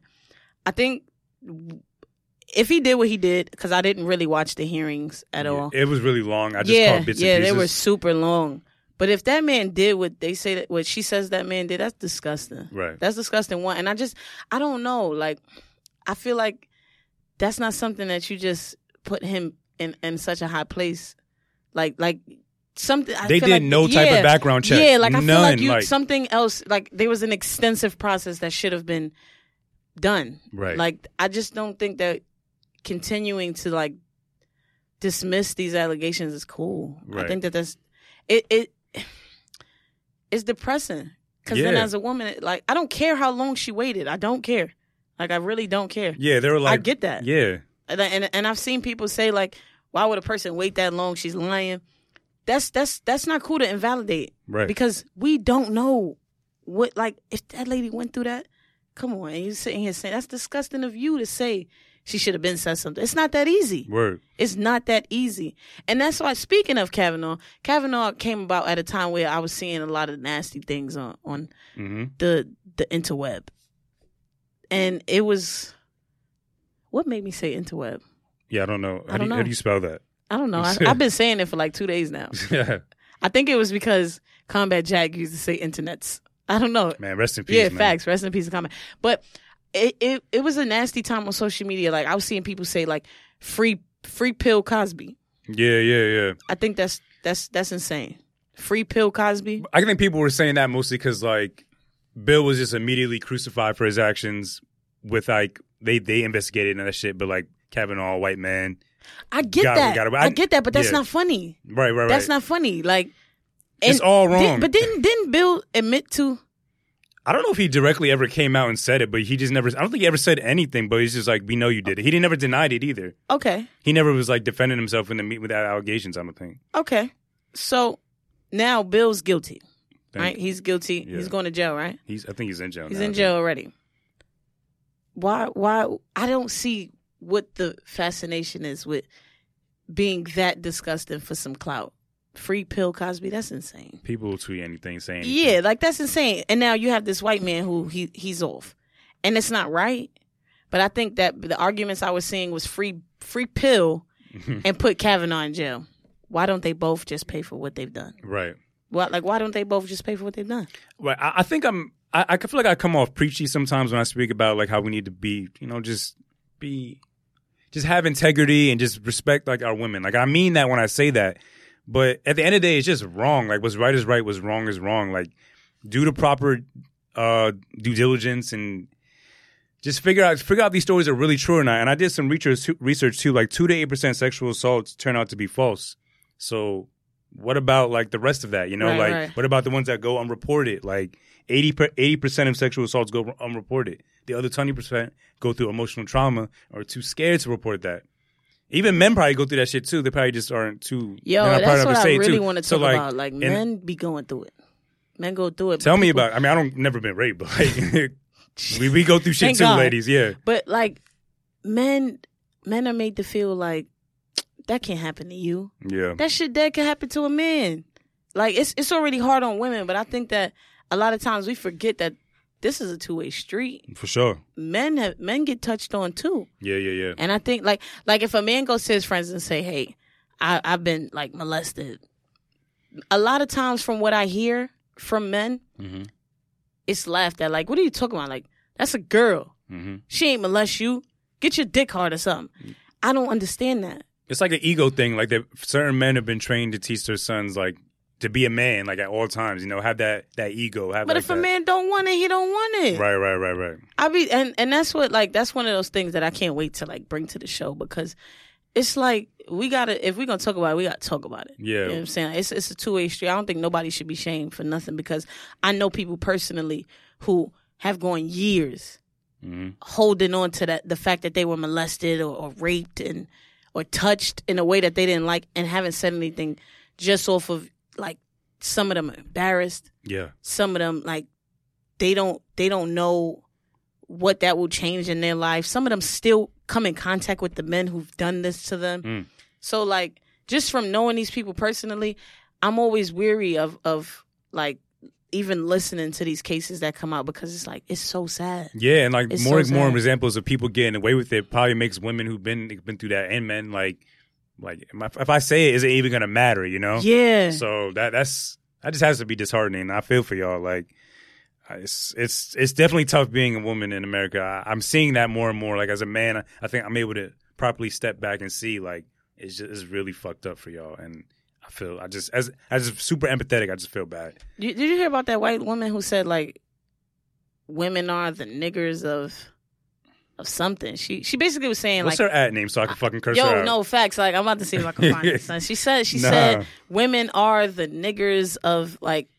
I think if he did what he did, because I didn't really watch the hearings at all.
It was really long. I just
yeah,
caught bits
yeah,
and
they
pieces.
were super long. But if that man did what they say that what she says that man did, that's disgusting.
Right.
That's disgusting. One, and I just I don't know. Like, I feel like that's not something that you just put him in in such a high place. Like like something I
They
feel
did
like-
no type of
yeah.
background check.
Yeah, like I feel
None,
like you
like-
something else. Like there was an extensive process that should have been done.
Right.
Like I just don't think that continuing to like dismiss these allegations is cool. I
Right.
think that that's it. It it's depressing because then
Yeah.
as a woman, it- like I don't care how long she waited. I don't care. Like I really don't care.
yeah, they were like,
I get that.
Yeah,
And, I- and and I've seen people say like, why would a person wait that long? She's lying. that's that's that's not cool to invalidate
Right.
because we don't know what like if that lady went through that. Come on, and you sitting here saying that's disgusting of you to say she should have been said something. It's not that easy.
Word.
It's not that easy. And that's why, speaking of Kavanaugh, Kavanaugh came about at a time where I was seeing a lot of nasty things on, on
Mm-hmm.
the, the interweb. And it was, what made me say interweb?
Yeah, I don't know. How,
I don't
do, you- how
know.
do you spell that?
I don't know. I, I've been saying it for like two days now.
yeah.
I think it was because Combat Jack used to say internets. I don't know.
Man, rest in peace.
Yeah,
man.
facts. Rest in peace, comment. But it, it it was a nasty time on social media. Like I was seeing people say like free free pill Cosby.
Yeah, yeah, yeah.
I think that's that's that's insane. Free pill Cosby.
I think people were saying that mostly because like Bill was just immediately crucified for his actions with like they they investigated and that shit, but like Kavanaugh, white man,
I get
Got it,
that.
got it.
I,
I-
get that, but that's
yeah.
not funny.
right, right, right.
That's not funny. Like
It's
and
all
did-
wrong.
but didn't didn't Bill admit to?
I don't know if he directly ever came out and said it, but he just never. I don't think he ever said anything. But he's just like, we know you did it. He didn't never denied it either.
Okay,
He never was like defending himself in the meet without allegations. I don't think.
okay. So now Bill's guilty.
Thank-
right, he's guilty.
Yeah.
He's going to jail. Right,
He's. I think he's in jail.
he's
now,
in
I think.
jail already. Why? Why? I don't see what the fascination is with being that disgusting for some clout. Free pill Cosby. That's insane.
People will tweet anything saying.
Yeah, like that's insane. And now you have this white man who he he's off, and it's not right. But I think that the arguments I was seeing was free free pill and put Kavanaugh in jail. Why don't they both just pay for what they've done?
Right.
Why, like why don't they both just pay for what they've done?
Right. I, I think I'm. I, I feel like I come off preachy sometimes when I speak about like how we need to be. You know, just be, just have integrity and just respect like our women. Like I mean that when I say that. But at the end of the day, it's just wrong. Like what's right is right. What's wrong is wrong. Like do the proper uh, due diligence and just figure out figure out if these stories are really true or not. And I did some research research too. Like two to eight percent sexual assaults turn out to be false. So what about like the rest of that? You know,
Right,
like
right.
what about the ones that go unreported? Like 80 percent of sexual assaults go unreported. The other twenty percent go through emotional trauma or are too scared to report that. Even men probably go through that shit too. They probably just aren't too.
Yo,
they're not proud
that's
enough
what I
say it,
really
too.
want to talk
So, like,
about. Like
and-
men be going through it. Men go through it.
Tell
but
me
people-
about. I mean, I don't never been raped, but like, we we go through shit
Thank
too,
God.
ladies. Yeah,
But like men, men are made to feel like that can't happen to you.
yeah,
that shit that could happen to a man. Like it's it's already hard on women, but I think that a lot of times we forget that this is a two way street.
for sure.
Men have men get touched on too,
Yeah, yeah, yeah.
and I think like like if a man goes to his friends and say, "Hey, I, I've been like molested," a lot of times from what I hear from men,
Mm-hmm.
it's laughed at. Like, what are you talking about? Like that's a girl.
Mm-hmm.
She ain't molest you. Get your dick hard or something. I don't understand that.
It's like an ego thing. Like that, certain men have been trained to teach their sons like to be a man, like at all times. You know, have that that ego. Have
But
like
if a
that-
man don't want it, he don't want it.
right, right, right, right.
I be and and that's what like that's one of those things that I can't wait to like bring to the show because it's like we gotta if we're gonna talk about it, we gotta talk about it.
Yeah.
You know what I'm saying? It's it's a two way street. I don't think nobody should be shamed for nothing because I know people personally who have gone years
Mm-hmm.
holding on to that the fact that they were molested or, or raped and or touched in a way that they didn't like and haven't said anything just off of like some of them are embarrassed
Yeah,
some of them like they don't they don't know what that will change in their life some of them still come in contact with the men who've done this to them
Mm.
so like just from knowing these people personally i'm always weary of of like even listening to these cases that come out because it's like it's so sad
yeah, and like
It's
more and
so
more
sad.
examples of people getting away with it probably makes women who've been been through that and men like like am I- if I say it, is it even gonna matter? You know?
yeah
So that that's that just has to be disheartening. I feel for y'all. Like uh, it's it's it's definitely tough being a woman in America. I, I'm seeing that more and more. Like as a man, I, I think I'm able to properly step back and see like it's just it's really fucked up for y'all. And I feel I just as as super empathetic. I just feel bad.
You- did you hear about that white woman who said like women are the niggers of of something she she basically was saying
What's
like
her ad name so I can fucking curse her
Yo,
out?
no facts. Like I'm about to see if I can find it. Son. She said she
Nah.
said women are the niggers of like.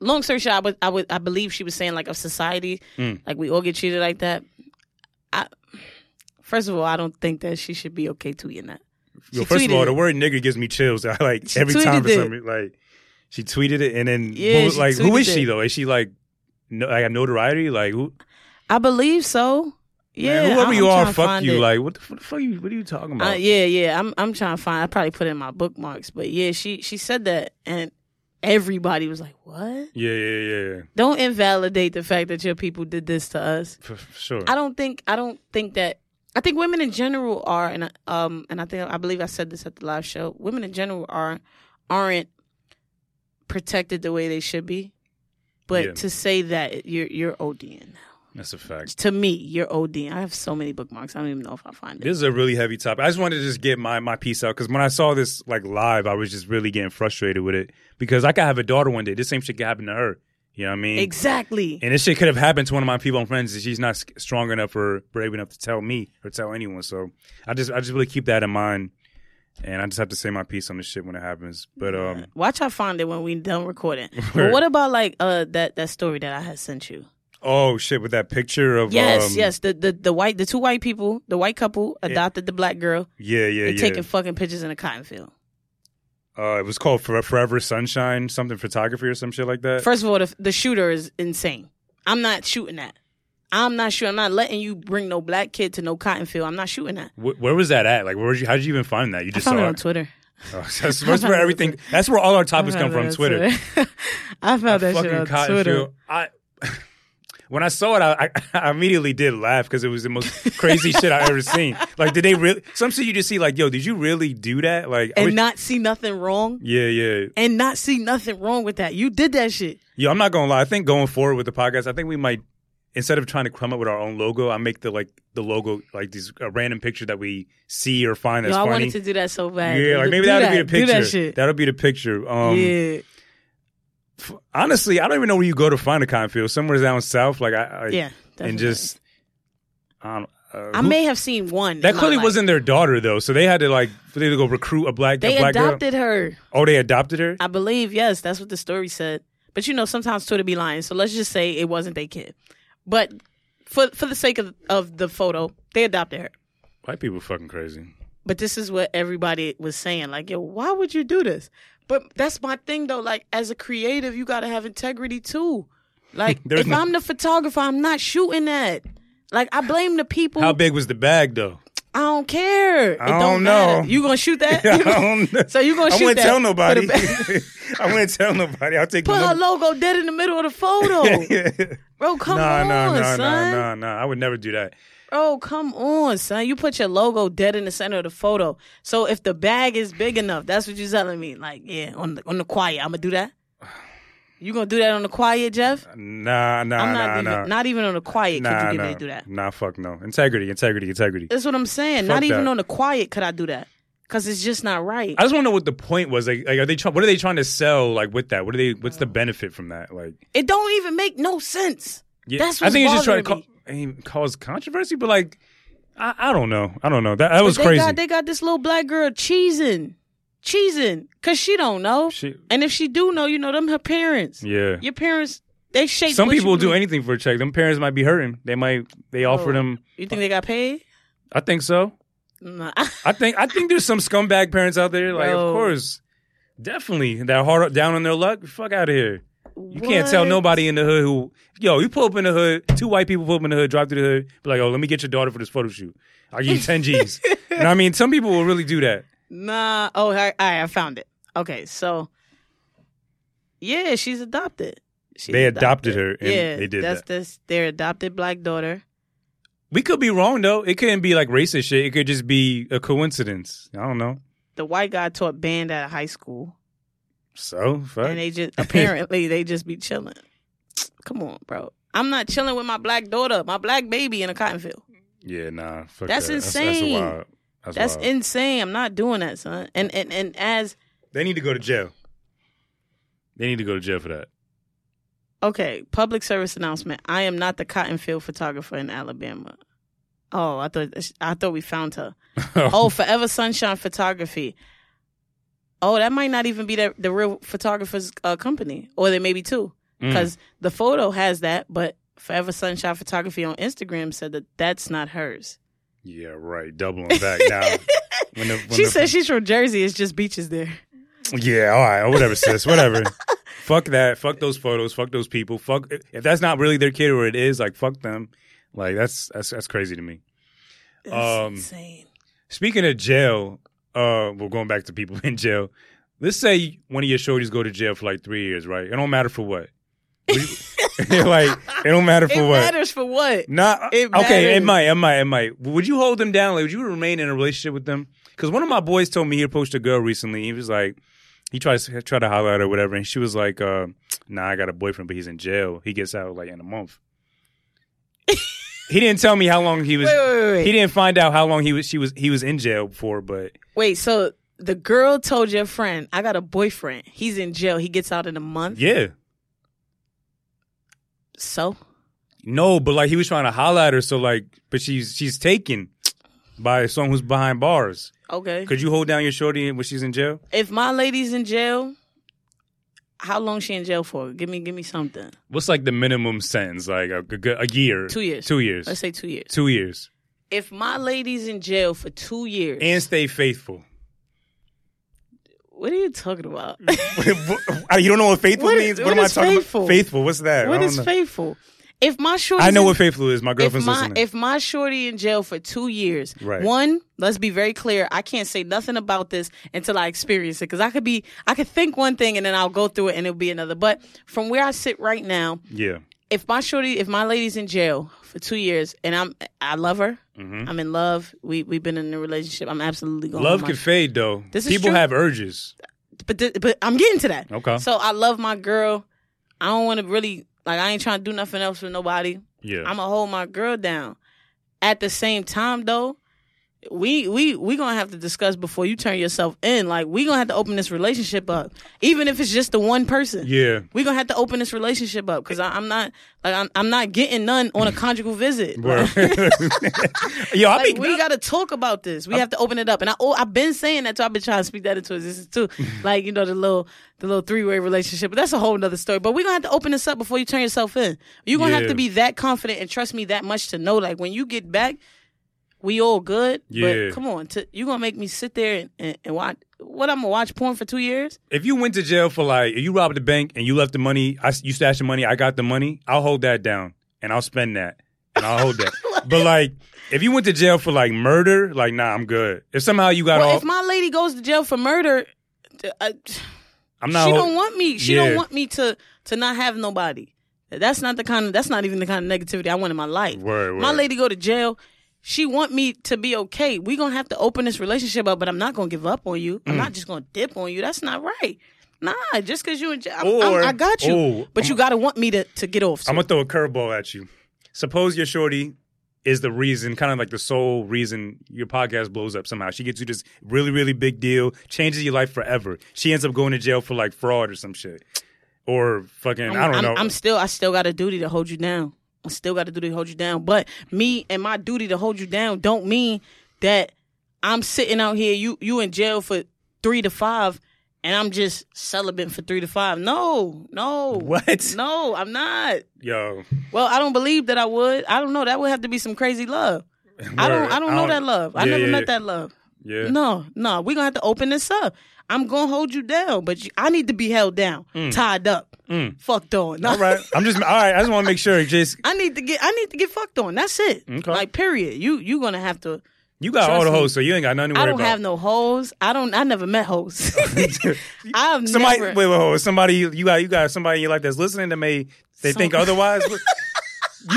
Long story short, I would, I would I believe she was saying like of society,
Mm.
like we all get treated like that. I first of all, I don't think that she should be okay tweeting that.
Yo,
She
first of
tweeted
all, the
it.
word nigga gives me chills. I like
She
every time
tweeted
for some reason. Like she tweeted it, and then
Yeah,
who was-
she
like who is
tweeted
she
it.
though? Is she like no, like a notoriety? Like who?
I believe so. Yeah,
man, whoever
I-
you
I'm
are,
tryna
fuck
find
you.
it.
Like what the, what the fuck? You, what are you talking about?
Uh, yeah, yeah. I'm I'm trying to find. I probably put it in my bookmarks, but yeah, she she said that, and everybody was like, "What?
yeah, yeah, yeah.
Don't invalidate the fact that your people did this to us."
For, for sure.
I don't think I don't think that I think women in general are, and I- um, and I think I believe I said this at the live show. Women in general are aren't protected the way they should be. But
Yeah.
to say that you're you're ODing
That's a fact.
to me, you're ODing. I have so many bookmarks. I don't even know if I find it.
This is a really heavy topic. I just wanted to just get my my piece out because when I saw this like live, I was just really getting frustrated with it because I could have a daughter one day. This same shit could happen to her. You know what I mean?
exactly.
And this shit could have happened to one of my people and friends, and she's not s- strong enough or brave enough to tell me or tell anyone. So I just I just really keep that in mind, and I just have to say my piece on this shit when it happens. But um,
Watch, I find it when we done recording. but what about like uh that that story that I had sent you?
oh shit, with that picture of
Yes,
um,
yes. The, the the white the two white people, the white couple adopted the black girl.
yeah, yeah,
They
yeah.
taking fucking pictures in a cotton field.
uh, it was called For- Forever Sunshine, something photography or some shit like that.
First of all, the, the shooter is insane. I'm not shooting that. I'm not sure. I'm not letting you bring no black kid to no cotton field. I'm not shooting that.
Wh- where was that at? Like, where did you? How did you even find that? You
I
just
found it
saw
on Twitter.
Oh, that's, that's where everything. That's where all our topics
I
come
found
from.
that on
Twitter.
I found that shit
Fucking
on
cotton
Twitter.
field. I. When I saw it, I, I, I immediately did laugh because it was the most crazy shit I ever seen. Like, did they really? Some shit you just see, like, yo, did you really do that? Like, I
And
wish-
not see nothing wrong.
yeah, yeah.
And not see nothing wrong with that. You did that shit.
Yo, I'm not gonna lie. I think going forward with the podcast, I think we might instead of trying to come up with our own logo, I make the like the logo like these a random picture that we see or find
Yo,
that's
I
funny.
wanted to do that so bad.
yeah, like
Do
maybe that'll be
that.
the picture.
Do that shit.
will be the picture. Um,
yeah,
honestly, I don't even know where you go to find a cotton field. Somewhere down south, like I, I
yeah.
and
definitely.
just I don't. Uh,
I
who-
may have seen one.
that
in my
clearly
life.
wasn't their daughter though, so they had to like they had to go recruit a black
They
a black
adopted her.
girl. Oh, they adopted her.
I believe, yes, that's what the story said. But you know, sometimes Twitter be lying. So let's just say it wasn't their kid. But for for the sake of, of the photo, they adopted her.
White people fucking crazy.
But this is what everybody was saying. Like, yo, why would you do this? But that's my thing though. Like, as a creative, you gotta have integrity too. Like,
There's
if
no-
I'm the photographer, I'm not shooting that. Like, I blame the people.
How big was the bag though?
I don't care. It
I
don't
don't
matter.
know.
You gonna shoot that?
I don't know.
So you gonna
I
shoot
wouldn't
that
tell
for the
nobody.
ba-
I wouldn't tell nobody. I'll take.
Put
the
her
look-
logo dead in the middle of the photo. Bro, come
Nah,
on,
nah, nah,
son.
nah, nah, nah. I would never do that.
Bro, come on, son. You put your logo dead in the center of the photo. So if the bag is big enough, that's what you're telling me. Like, yeah, on the, on the quiet, I'm gonna do that. You gonna do that on the quiet, Jeff?
Nah, nah, nah,
I'm not
nah.
even not even on the quiet.
nah,
could you get
nah.
me to do that?
Nah, fuck no. Integrity, integrity, integrity.
That's what I'm saying.
Fuck
not even
that.
on the quiet could I do that? Cause it's just not right.
I just want to know what the point was. Like, like are they? Try- what are they trying to sell? Like, with that? What are they? What's the
Uh.
benefit from that? Like,
it don't even make no sense.
yeah,
That's
I
what's
think it's just trying to
bothering
ca- I mean, cause controversy, but like, I, I don't know. I don't know. That that was
they
crazy.
Got, they got this little black girl cheesing, cheesing, cause she don't know.
She-
and if she do know, you know them her parents.
yeah.
Your parents, they shape.
Some
what you
people do
believe.
anything for a check. Them parents might be hurting. They might. They offer
Oh.
them.
You think they got paid?
I think so.
Nah.
I think. I think there's some scumbag parents out there. Like,
Bro.
of course, definitely that hard down on their luck. Fuck out of here. You can't tell
What?
nobody in the hood who, yo, you pull up in the hood, two white people pull up in the hood, drive through the hood, be like, oh, let me get your daughter for this photo shoot. I'll give you 10 G's. and I mean, some people will really do that.
Nah. Oh, all right, all right, I found it. Okay, so yeah, she's adopted. She's
They adopted her, and
yeah,
they did
that's
that.
This, their adopted black daughter.
We could be wrong, though. It couldn't be like racist shit. It could just be a coincidence. I don't know.
The white guy taught band at a high school,
So, fuck.
and they just apparently they just be chilling. Come on, bro. I'm not chilling with my black daughter, my black baby in a cotton field.
yeah, nah. Fuck
That's
that.
insane.
That's, wild. That's,
That's
wild.
insane. I'm not doing that, son. And and and as
They need to go to jail. They need to go to jail for that.
okay, public service announcement. I am not the cotton field photographer in Alabama. Oh, I thought I thought we found her. Oh, Forever Sunshine Photography. Oh, that might not even be the, the real photographer's uh, company, or there may be two,
Mm.
because the photo has that, but Forever Sunshine Photography on Instagram said that that's not hers.
Yeah, right. Doubling back now. When the, when
she
the-
says she's from Jersey. It's just beaches there.
Yeah, all right, or whatever, sis, whatever. fuck that. Fuck those photos. Fuck those people. Fuck if that's not really their kid or it is, like fuck them. Like that's that's that's crazy to me.
It's
Um,
insane.
Speaking of jail, uh, we're going back to people in jail. Let's say one of your shorties go to jail for like three years, right? It don't matter for what. like it don't matter for
It
what.
matters for what?
Nah,
It
okay, it
matters.
might, it might, it might. Would you hold them down? Like, would you remain in a relationship with them? Because one of my boys told me he approached a girl recently. He was like, he tried to try to holler at her or whatever, and she was like, uh, "Nah, I got a boyfriend, but he's in jail. He gets out like in a month." he didn't tell me how long he was.
wait, wait, wait, wait.
He didn't find out how long he was. She was. He was in jail for, but
Wait, so the girl told your friend, I got a boyfriend. He's in jail. He gets out in a month.
yeah,
So?
no, but like he was trying to holler at her. So like, but she's she's taken by someone who's behind bars.
Okay.
Could you hold down your shorty when she's in jail?
If my lady's in jail, how long she in jail for? Give me give me something.
What's like the minimum sentence? Like a, a, a year,
Two years.
two years,
Let's say two years.
two years,
If my lady's in jail for two years,
and stay faithful.
what are you talking about?
uh, you don't know what faithful
What
means?
is-
What,
what
am I
is
talking
faithful?
about? Faithful. What's that?
what
I
is
don't know.
faithful? If my shorty
I know what faithful is. My
if
girlfriend's
my
listening.
if my shorty in jail for two years,
Right.
one, let's be very clear, I can't say nothing about this until I experience it because I could be I could think one thing and then I'll go through it and it'll be another. But from where I sit right now,
yeah.
if my shorty, if my lady's in jail for two years and I'm I love her,
Mhm.
I'm in love. We we've been in a relationship. I'm absolutely going.
Love
Oh my,
can fade though.
This is
People
true.
have urges.
but th- but I'm getting to that.
Okay.
So I love my girl. I don't want to really like I ain't trying to do nothing else with nobody.
yeah.
I'm gonna hold my girl down. At the same time, though, we we we gonna have to discuss before you turn yourself in. Like we gonna have to open this relationship up, even if it's just the one person.
yeah.
We gonna have to open this relationship up because I'm not like I'm, I'm not getting none on a conjugal visit.
Bro.
Like,
Yo, I
like,
be
we gotta talk about this. We have to open it up, and I oh, I've been saying that too. I've been trying to speak that into existence too. Like you know the little the little three way relationship, but that's a whole nother story. But we are gonna have to open this up before you turn yourself in. You are gonna
Yeah.
have to be that confident and trust me that much to know like when you get back, we all good.
Yeah.
But come on, to, you gonna make me sit there and, and, and watch what I'm gonna watch porn for two years?
if you went to jail for like if you robbed the bank and you left the money, I, you stashed the money, I got the money, I'll hold that down and I'll spend that and I'll hold that. but like if you went to jail for like murder, like nah, I'm good. If somehow you got
Well,
all,
if my lady goes to jail for murder. Uh, th- I,
I'm not.
she
hold-
don't want me. She
Yeah.
don't want me to to not have nobody. That's not the kind of. That's not even the kind of negativity I want in my life.
Word,
My
word.
lady go to jail. She want me to be okay. We gonna have to open this relationship up, but I'm not gonna give up on you.
Mm.
I'm not just gonna dip on you. That's not right. Nah, just cause you in jail, I'm- I'm-
Or-
I got you,
oh,
but you gotta want me to to get off. So
I'm gonna throw a curveball at you. Suppose your shorty is the reason, kind of like the sole reason your podcast blows up somehow. She gets you this really, really big deal, changes your life forever. She ends up going to jail for like fraud or some shit, or fucking I'm, I do not
I'm,
know.
I'm- I'm still. I still got a duty to hold you down. I still got a duty to hold you down. But me and my duty to hold you down don't mean that I'm sitting out here. You you in jail for three to five, and I'm just celibate for three to five. No, no.
What?
No, I'm not.
Yo,
Well, I don't believe that I would. I don't know. That would have to be some crazy love. I don't.
Word.
I don't know that love. I
Yeah,
never
yeah,
met
yeah.
that love.
Yeah.
No, no, we're gonna have to open this up. I'm gonna hold you down, but you, I need to be held down,
Mm.
tied up, fucked on. No,
All right. I'm just all right. I just want to make sure. Just
I need to get I need to get fucked on. That's it.
Okay.
Like period. You you gonna have to.
you got all
Trust
the
me.
hoes, so you ain't got nothing to
I
worry
don't
about.
have no hoes. I don't. I never met hoes. I've
somebody,
never.
wait, wait, hold on. somebody you got you got somebody in your life that's listening that may they
Some-
think otherwise. What-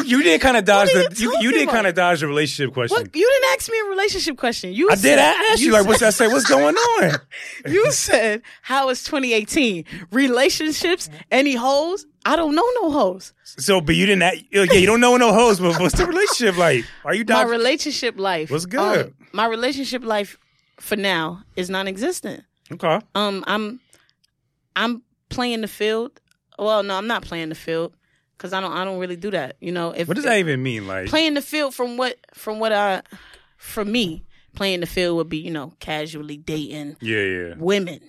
you, you did kind of dodge
are you
the you,
talking
you did
about?
kind of dodge the relationship question.
What you didn't ask me a relationship question. You
I did.
said-
I asked you like, what's I say? What's going on?
You said how is 2018 relationships? Any hoes? I don't know no hoes.
So, but you didn't. ask- Yeah, you don't know no hoes, but what's the relationship like? Are you
my
dodging?
relationship life
What's
um,
good?
my relationship life for now is non-existent.
okay.
Um, I'm I'm playing the field. Well, no, I'm not playing the field because I don't I don't really do that. You know, if
What does that even mean? Like,
playing the field from what from what I for me playing the field would be you know casually dating
yeah, yeah.
women.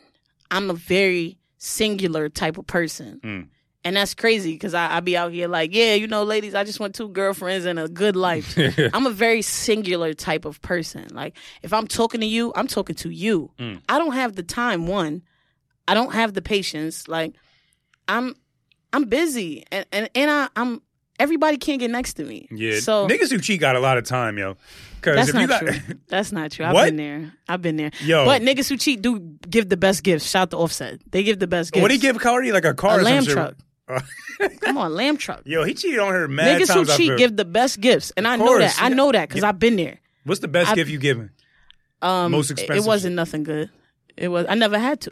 I'm a very singular type of person.
Mm.
And that's crazy because I, I be out here like, yeah, you know, ladies, I just want two girlfriends and a good life. I'm a very singular type of person. Like, if I'm talking to you, I'm talking to you.
Mm.
I don't have the time, one. I don't have the patience. Like, I'm I'm busy and, and, and I, I'm everybody can't get next to me.
Yeah,
So
niggas who cheat got a lot of time, yo. Because
that's
if you
not
got,
true. That's not true. I've
What? Oh.
been there. I've been there.
yo,
But niggas who cheat do give the best gifts. Shout out to Offset. They give the best gifts.
Oh, what he give Cardi like a car?
A
or some
lamb
shit?
truck. Come on, lamb truck.
Yo, he cheated on her mad
Niggas who
times. I
cheat
feel.
give the best gifts, and I know
course.
that. I know that because I've been there.
What's the best
I-
gift you given?
Um,
Most
it-
expensive
It wasn't nothing good. It was. I never had to.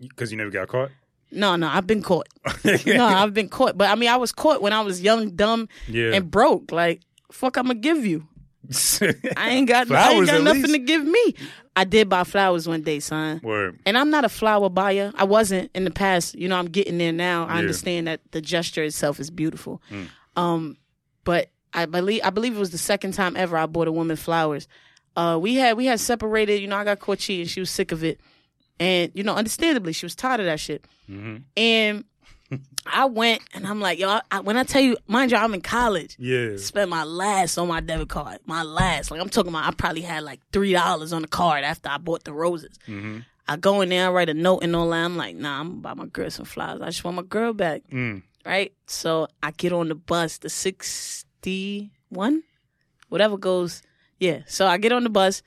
Because you never got caught.
No, no, I've been caught. no, I've been caught. But I mean, I was caught when I was young, dumb,
Yeah.
and broke. Like, fuck, I'm gonna give you. I ain't got. I
Flowers,
ain't got
at
nothing
least.
to give me. I did buy flowers one day, son.
Word.
And I'm not a flower buyer. I wasn't in the past. You know, I'm getting there now. I
Yeah.
understand that the gesture itself is beautiful. Um, but I believe I believe it was the second time ever I bought a woman flowers. Uh, we had we had separated. You know, I got caught cheating. She was sick of it, and you know, understandably, she was tired of that shit. And I went and I'm like, yo, I, I, when I tell you, mind you, I'm in college.
Yeah.
Spent my last on my debit card. My last, like I'm talking about, I probably had like three dollars on the card after I bought the roses.
hmm
I go in there, I write a note and all that. I'm like, nah, I'm gonna buy my girl some flowers. I just want my girl back,
Mm.
right? So I get on the bus, the 61, whatever goes. Yeah, so I get on the bus.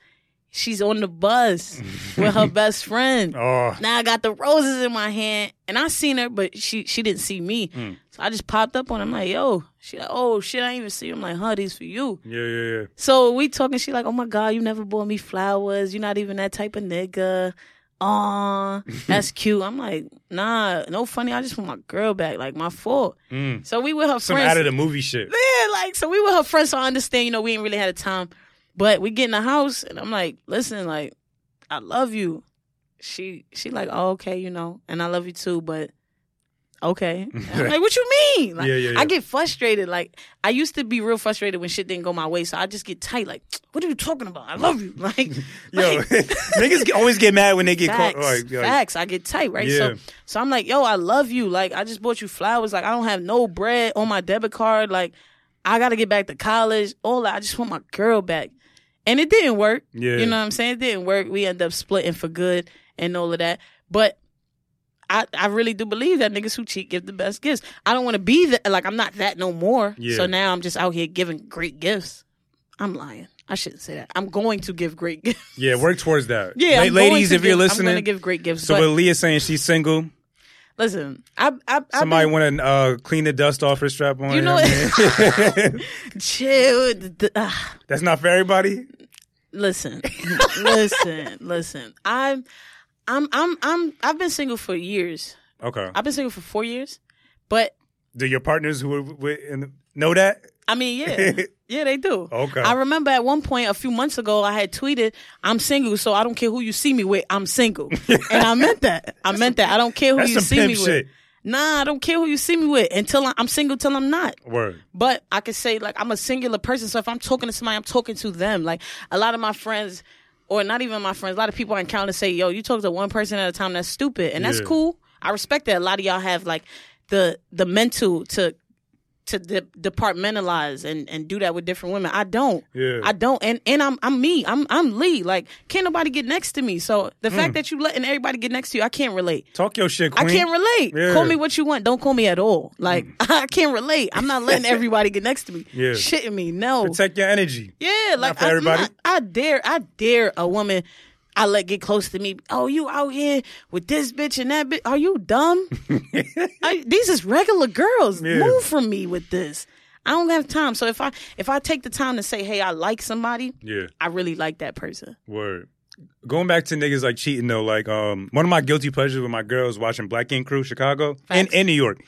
She's on the bus with her best friend.
Oh.
Now I got the roses in my hand, and I seen her, but she she didn't see me.
Mm.
So I just popped up on. her. I'm like, yo, she like, oh shit, I didn't even see you. I'm like, huh, these for you.
Yeah, yeah, yeah.
So we talking, she like, oh my God, you never bought me flowers. You're not even that type of nigga. Aw, that's cute. I'm like, nah, no funny. I just want my girl back. Like, my fault.
Mm.
So we with her
Some
friends.
out of the movie shit.
yeah, like, so we with her friends. So I understand, you know, we ain't really had a time. But we get in the house and I'm like, listen, like, I love you. She, she like, oh, okay, you know, and I love you too, but okay. And I'm like, what you mean? Like,
Yeah, yeah, yeah.
I get frustrated. Like I used to be real frustrated when shit didn't go my way, so I just get tight. Like, what are you talking about? I love you. Like,
Yo,
like,
niggas get- always get mad when they get
facts,
caught. Like, like,
facts. I get tight, right?
Yeah.
So, so I'm like, yo, I love you. Like, I just bought you flowers. Like, I don't have no bread on my debit card. Like, I got to get back to college. All that. I just want my girl back, and it didn't work.
Yeah.
You know what I'm saying? It didn't work. We end up splitting for good and all of that. But I, I really do believe that niggas who cheat give the best gifts. I don't want to be that. Like, I'm not that no more.
Yeah.
So now I'm just out here giving great gifts. I'm lying. I shouldn't say that. I'm going to give great gifts.
yeah, work towards that.
Yeah,
La-
I'm going
ladies,
to
if you're
give- I'm going to
listening.
give great gifts.
So
but
with Leah saying she's single,
listen, I, I, I
somebody
been,
want to uh, clean the dust off her strap on.
You know
what I mean?
chill. d- d- ah.
That's not for everybody.
listen, listen, listen. I'm, I'm, I'm, I'm. I've been single for years.
Okay.
I've been single for four years, but
Do your partners who were with in the, know that?
I mean, yeah, yeah, they do.
Okay.
I remember at one point a few months ago, I had tweeted, "I'm single, so I don't care who you see me with. I'm single," and I meant that. I meant that. I don't care who
That's
you
some
see
pimp
me
shit.
with. Nah, I don't care who you see me with until I, I'm single. Till I'm not.
Word.
But I could say like I'm a singular person, so if I'm talking to somebody, I'm talking to them. Like a lot of my friends, or not even my friends, a lot of people I encounter say, "Yo, you talk to one person at a time. That's stupid," and that's
Yeah.
cool. I respect that. A lot of y'all have like the the mental to to de- departmentalize and and do that with different women. I don't.
Yeah.
I don't. And and I'm I'm me. I'm I'm Lee. Like can't nobody get next to me. So the
Mm.
fact that you letting everybody get next to you, I can't relate.
Talk your shit,
I
queen.
can't relate.
Yeah. Mm.
Call me what you want. Don't call me at all. Like I can't relate. I'm not letting everybody get next to me.
Yeah.
Shitting me. No.
Protect your energy.
yeah. Like
for
I,
everybody.
I dare. I dare a woman. I let get close to me. Oh, you out here with this bitch and that bitch? Are you dumb? I, these is regular girls.
Yeah.
Move from me with this. I don't have time. So if I if I take the time to say, hey, I like somebody,
Yeah.
I really like that person.
Word. Going back to niggas like cheating though, like um, one of my guilty pleasures with my girls watching Black Ink Crew Chicago and,
Facts.
and New York.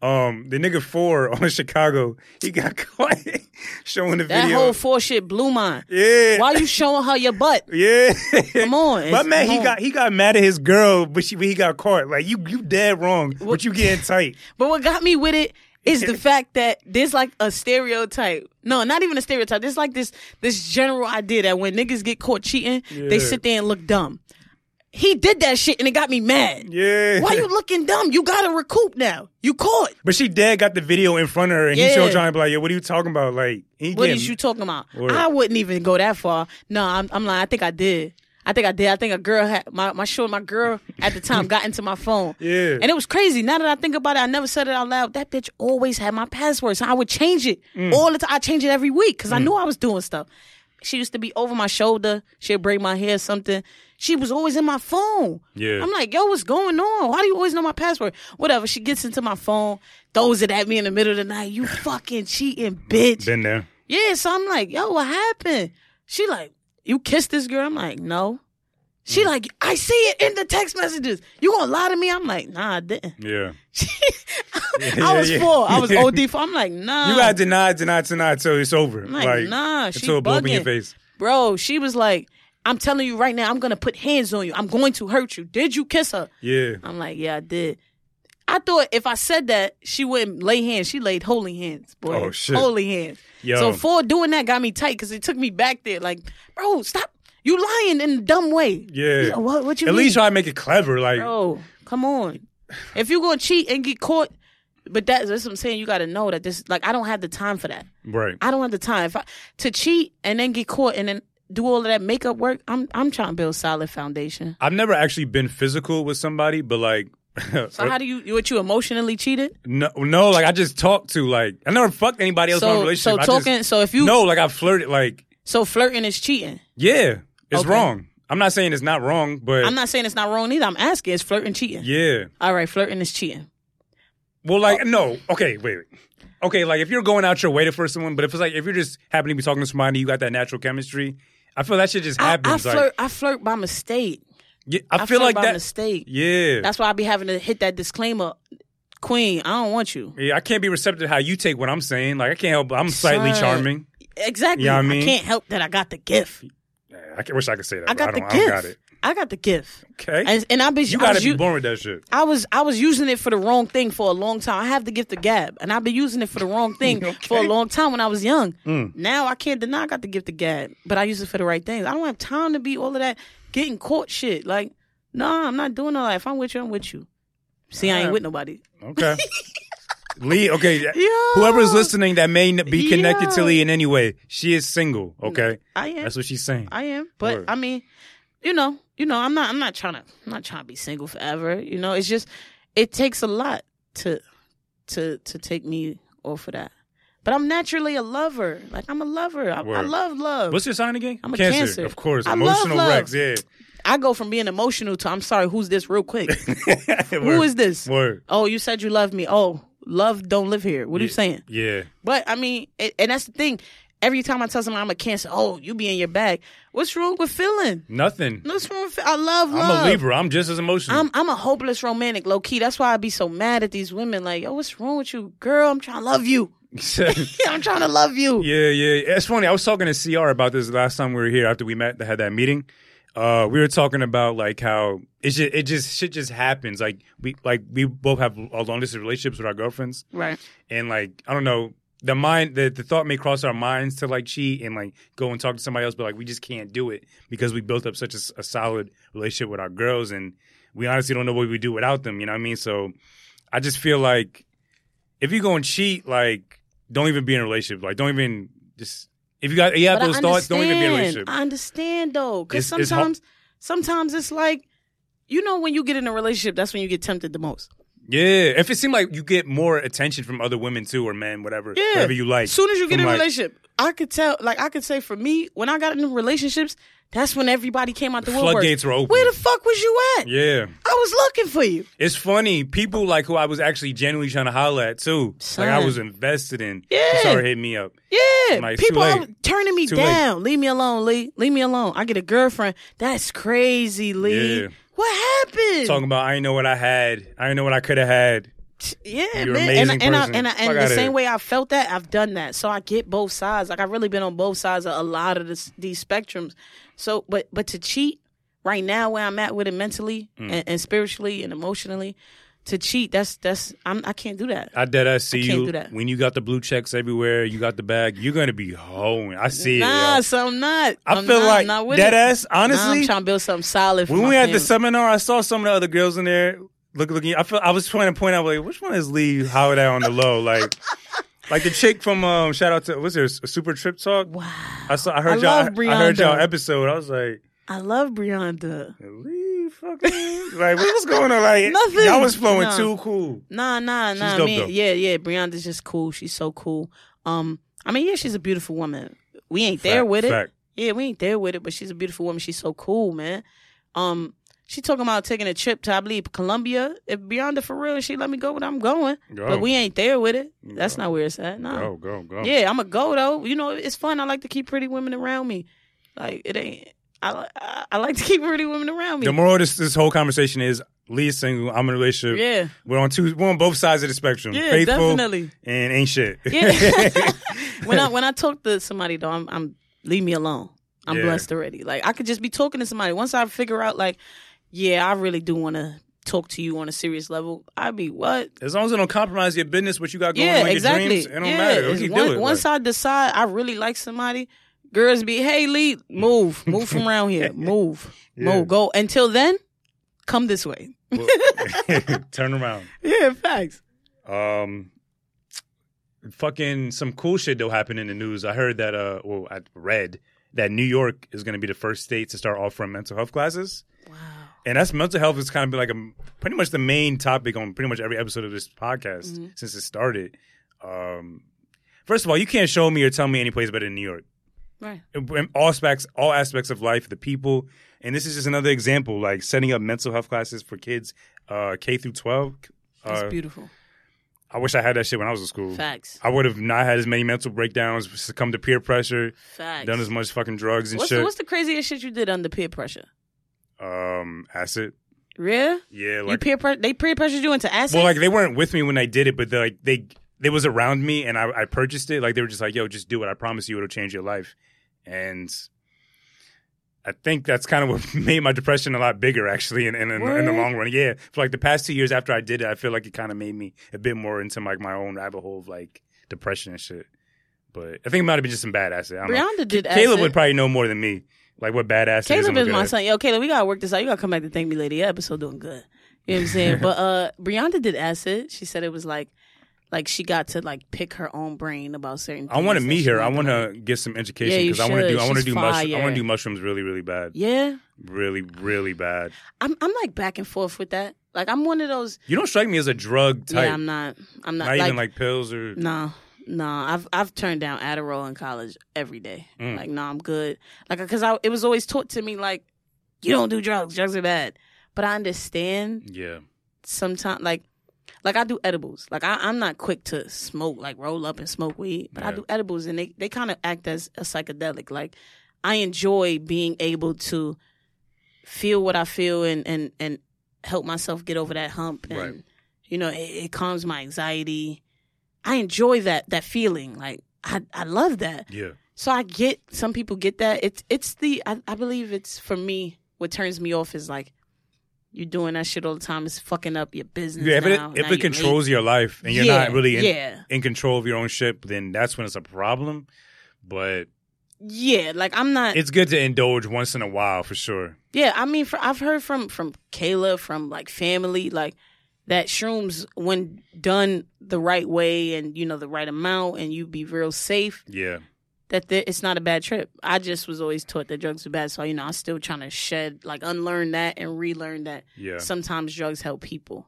Um, the nigga four on Chicago, he got caught showing the
That
video.
whole four shit blew mine.
yeah,
Why you showing her your butt?
yeah.
Come on.
But man,
Come
he
on.
got he got mad at his girl, but she but he got caught. Like you you dead wrong, but you getting tight.
But what got me with it is the fact that there's like a stereotype. No, not even a stereotype. There's like this this general idea that when niggas get caught cheating, they
Yeah.
sit there and look dumb. He did that shit and it got me mad.
Yeah.
Why you looking dumb? You gotta recoup now. You caught.
But she dead got the video in front of her, and he
Yeah.
still trying to be like, "Yo, what are you talking about? Like, he
What
getting-
is you talking about?
Word.
I wouldn't even go that far. No, I'm, I'm like, I think I did. I think I did. I think a girl had my my short my girl at the time got into my phone.
Yeah.
and it was crazy. Now that I think about it, I never said it out loud. That bitch always had my password, so I would change it
Mm.
all the time. I change it every week because I knew I was doing stuff. She used to be over my shoulder. She'd break my hair, something. She was always in my phone.
Yeah.
I'm like, yo, what's going on? Why do you always know my password? Whatever. She gets into my phone, throws it at me in the middle of the night. You fucking cheating bitch.
been there?
Yeah, so I'm like, yo, what happened? She like, you kissed this girl? I'm like, no.
Mm.
She like, I see it in the text messages. You gonna lie to me? I'm like, nah, I didn't.
Yeah,
I was
yeah.
four. I was OD four. I'm like, nah.
you gotta deny, deny, deny till it's over.
Oh. like, nah, she
until it blow up in your
bugging.
face.
Bro, she was like, I'm telling you right now, I'm gonna put hands on you. I'm going to hurt you. Did you kiss her?
Yeah,
I'm like, yeah, I did. I thought if I said that, she wouldn't lay hands. She laid holy hands, boy.
Oh, shit.
Holy hands.
Yo.
So for doing that got me tight because it took me back there. Like, bro, stop. You lying in a dumb way.
Yeah.
He's like, What, what you
at
mean?
least try to make it clever. Like,
bro, come on. If you going to cheat and get caught, but that, that's what I'm saying. You got to know that this, like, I don't have the time for that.
right?
I don't have the time. If I, to cheat and then get caught and then do all of that makeup work, I'm, I'm trying to build solid foundation.
I've never actually been physical with somebody, but like,
So how do you, you- what you emotionally cheated?
no, no, like I just talked to like I never fucked anybody else in my
So,
relationship.
so
I just-
talking, so if you,
no, like I flirted. Like,
So flirting is cheating.
yeah, it's
Okay.
wrong. I'm not saying it's not wrong, but
I'm not saying it's not wrong either. I'm asking is flirting cheating?
yeah.
All right, flirting is cheating.
Well, like,
Oh.
no. Okay, wait, wait. Okay, like if you're going out your way to first someone, but if it's like if you're just happening to be talking to somebody, you got that natural chemistry. I feel that shit just
I, I
happens.
flirt.
like,
I flirt by mistake.
yeah,
I,
I, feel
flirt
like
by
that.
mistake.
Yeah,
That's why I be having to hit that disclaimer, Queen. I don't want you.
yeah. I can't be receptive to how you take what I'm saying. Like I can't help. I'm slightly
Son.
charming.
Exactly.
Yeah, I mean-
can't help that I got the gift.
I can- wish I could say that.
I
but
got
I
the
don't,
gift.
I don't got it.
I got the gift.
Okay.
And, and I've been.
you
I
gotta
was
be
u-
born with that shit.
I was I was using it for the wrong thing for a long time. I have the gift of gab, and I've been using it for the wrong thing for a long time when I was young.
Mm,
Now I can't deny I got the gift of gab, but I use it for the right things. I don't have time to be all of that getting caught shit. Like, nah, I'm not doing all that. If I'm with you, I'm with you. See, I ain't with nobody.
Okay. Lee, okay.
Yo.
Whoever's listening that may n- be connected to
Yo.
Lee in any way, she is single. Okay,
I am.
that's what she's saying.
I am. But
Word.
I mean, you know, you know, I'm not I'm not trying to I'm not trying to be single forever. You know, it's just it takes a lot to to to take me off of that. But I'm naturally a lover. Like I'm a lover. I, I
Word.
love love.
What's your sign again?
I'm a Cancer.
Of course.
I love
Emotional
love.
wrecks. Yeah.
I go from being emotional to I'm sorry, who's this real quick? Who
Word.
is this?
Word.
Oh, you said you love me. Oh, love don't live here. What are you saying?
Yeah.
But I mean, it, and that's the thing. Every time I tell someone I'm a cancer, oh, you be in your bag. What's wrong with feeling?
Nothing.
What's wrong with fe- I love love.
I'm a Libra. I'm just as emotional.
I'm I'm a hopeless romantic, low key. That's why I be so mad at these women. Like, yo, what's wrong with you, girl? I'm trying to love you. Yeah, I'm trying to love you.
Yeah, yeah. It's funny. I was talking to CR about this last time we were here after we met, had that meeting. Uh, we were talking about like how it just, it just shit just happens. Like we like we both have uh, long distance relationships with our girlfriends,
Right.
and like I don't know the mind the, the thought may cross our minds to like cheat and like go and talk to somebody else, but like we just can't do it because we built up such a, s- a solid relationship with our girls, and we honestly don't know what we do without them. You know what I mean? So I just feel like if you're going to cheat, like don't even be in a relationship. Like don't even just if you got you have
But I
those thoughts, don't even be in a
understand.
relationship.
I understand though, because
It's- it's
sometimes sometimes it's like, you know, when you get in a relationship, that's when you get tempted the most.
yeah, if it seemed like you get more attention from other women too or men, whatever,
Yeah.
whatever you like.
As soon as you get
from,
in a
like-
relationship, I could tell. Like I could say for me, when I got into relationships, that's when everybody came out the, woodwork.
floodgates were open.
Where the fuck was you at?
Yeah,
I was looking for you.
it's funny. People like who I was actually genuinely trying to holler at too. Like I
Son.
was invested in.
Yeah.
started hitting me up.
Yeah,
Like,
people
too late.
are turning me
Too late.
down. Leave me alone, Lee. Leave me alone. I get a girlfriend. That's crazy, Lee.
Yeah.
What happened?
Talking about I didn't know what I had. I didn't know what I could have had.
yeah,
you're an
man.
amazing
and and, I,
person.
and, I,
Fuck
and the
outta
same
here.
way I felt that, I've done that. So I get both sides. Like I've really been on both sides of a lot of this, these spectrums. So, but
Mm.
but to cheat right now, where I'm at with it mentally and, and spiritually and emotionally, to cheat, that's that's I'm I can't do that.
I dead ass see
I can't
you
do that.
when you got the blue checks everywhere. You got the bag. You're gonna be hoeing. I see
nah,
it. yo.
so I'm not.
I
I'm
feel
not,
like
not with
dead
it.
ass.
nah, I'm
Honestly,
trying to build something solid. For
when
my
we had
family.
the seminar, I saw some of the other girls in there look looking. I feel I was trying to point out like which one is Lee Howard on the low like. Like the chick from um, shout out to what's there Super Trip Talk.
wow,
I saw I
I
heard
love
y'all I heard
Brianda.
y'all episode. I was like,
I love Brianda.
Lee fucking like what was going on? Like
Nothing.
Y'all was flowing
No.
too cool.
Nah, nah, nah.
dope,
man.
though.
Yeah, yeah. Brianda's just cool. She's so cool. Um, I mean, yeah, she's a beautiful woman. We ain't there
Fact,
with it.
fact.
Yeah, we ain't there with it, but she's a beautiful woman. She's so cool, man. Um, she talking about taking a trip to I believe Colombia. If Brianda for real, she let me go, but I'm going.
Go.
But we ain't there with it. That's
No.
not where it's at.
Go
No.
go go.
Yeah, I'm a go though. You know, it's fun. I like to keep pretty women around me. Like it ain't. I li- I, I like to keep pretty women around me.
The moral of this, this whole conversation is Lee's single. I'm in a relationship.
yeah,
We're on two. We're on both sides of the spectrum.
yeah,
Faithful
definitely.
and ain't shit.
Yeah. when I when I talk to somebody though, I'm, I'm leave me alone. I'm
Yeah.
blessed already. Like I could just be talking to somebody. Once I figure out, like, yeah, I really do want to talk to you on a serious level. I'd be what?
as long as it don't compromise your business, what you got going,
yeah,
like
exactly.
your dreams, it don't
yeah.
matter. What
it's
you
one-
do it.
once
like,
I decide I really like somebody, girls be, hey, Lee, move, move from around here, move,
Yeah.
move, go. Until then, come this way.
well, turn around.
Yeah, facts.
Um, fucking some cool shit though happened in the news. I heard that. Uh, well, I read that New York is going to be the first state to start offering mental health classes.
Wow.
And that's mental health has kind of been like a pretty much the main topic on pretty much every episode of this podcast since it started. Um, first of all, you can't show me or tell me any place better than New York.
Right.
In- in all aspects, all aspects of life, the people, and this is just another example, like setting up mental health classes for kids, uh, K through twelve.
That's
Uh,
beautiful.
I wish I had that shit when I was in school.
Facts.
I would have not had as many mental breakdowns, succumbed to peer pressure,
Facts.
done as much fucking drugs and
what's,
shit.
the, what's the craziest shit you did under peer pressure?
um, acid.
Real?
Yeah,
you
like
peer pre- they peer pressured you into acid?
Well, like they weren't with me when I did it, but they like they they was around me and I, I purchased it. Like they were just like, "Yo, just do it. I promise you, it'll change your life." And I think that's kind of what made my depression a lot bigger, actually, in in, in, in the
Word.
long run. Yeah, for like the past two years after I did it, I feel like it kind of made me a bit more into like my own rabbit hole of like depression and shit. But I think it might have been just some bad acid. I don't know.
Brianna did acid.
Caleb would probably know more than me, like what bad acid. is.
Caleb
and
is
what
my
good.
son. Yo, Caleb, we gotta work this out. You gotta come back to thank me later. Your episode doing good. You know what I'm saying? but uh Brianna did acid. She said it was like like she got to like pick her own brain about certain
I want to
things that
meet
she
her. I
wanted
want
to
to get some education
Yeah, you
because I want to
should.
do. I want to do.
She's
Mush- I
fire.
want to do mushrooms really, really bad.
Yeah.
really, really bad.
I'm I'm like back and forth with that. Like I'm one of those
You don't strike me as a drug type.
Yeah, I'm not I'm
not
not,
even like pills or.
No, no, I've I've turned down Adderall in college every day.
Mm.
Like, no, I'm good. Like, because I it was always taught to me like, you don't do drugs. Drugs are bad. But I understand
Yeah,
sometimes, like, like I do edibles. Like I, I'm not quick to smoke, like roll up and smoke weed. But I
Yeah.
do edibles, and they they kind of act as a psychedelic. Like I enjoy being able to feel what I feel and and and help myself get over that hump and
Right.
you know it, it calms my anxiety i enjoy that that feeling like i i love that
yeah.
so i get some people get that it's it's the i, I believe it's for me what turns me off is like you doing that shit all the time it's fucking up your business
Yeah, if it
now.
if it
Now you're
controls your life and
late.
you're
Yeah,
not really in,
yeah
in control of your own ship, then that's when it's a problem. But
yeah like i'm not
it's good to indulge once in a while for sure.
Yeah, I mean, fr I've heard from from Kayla, from like family, like that shrooms when done the right way and you know the right amount, and you be real safe.
Yeah,
That there, it's not a bad trip. I just was always taught that drugs are bad, so you know I'm still trying to shed, like unlearn that and relearn that.
yeah.
Sometimes drugs help people.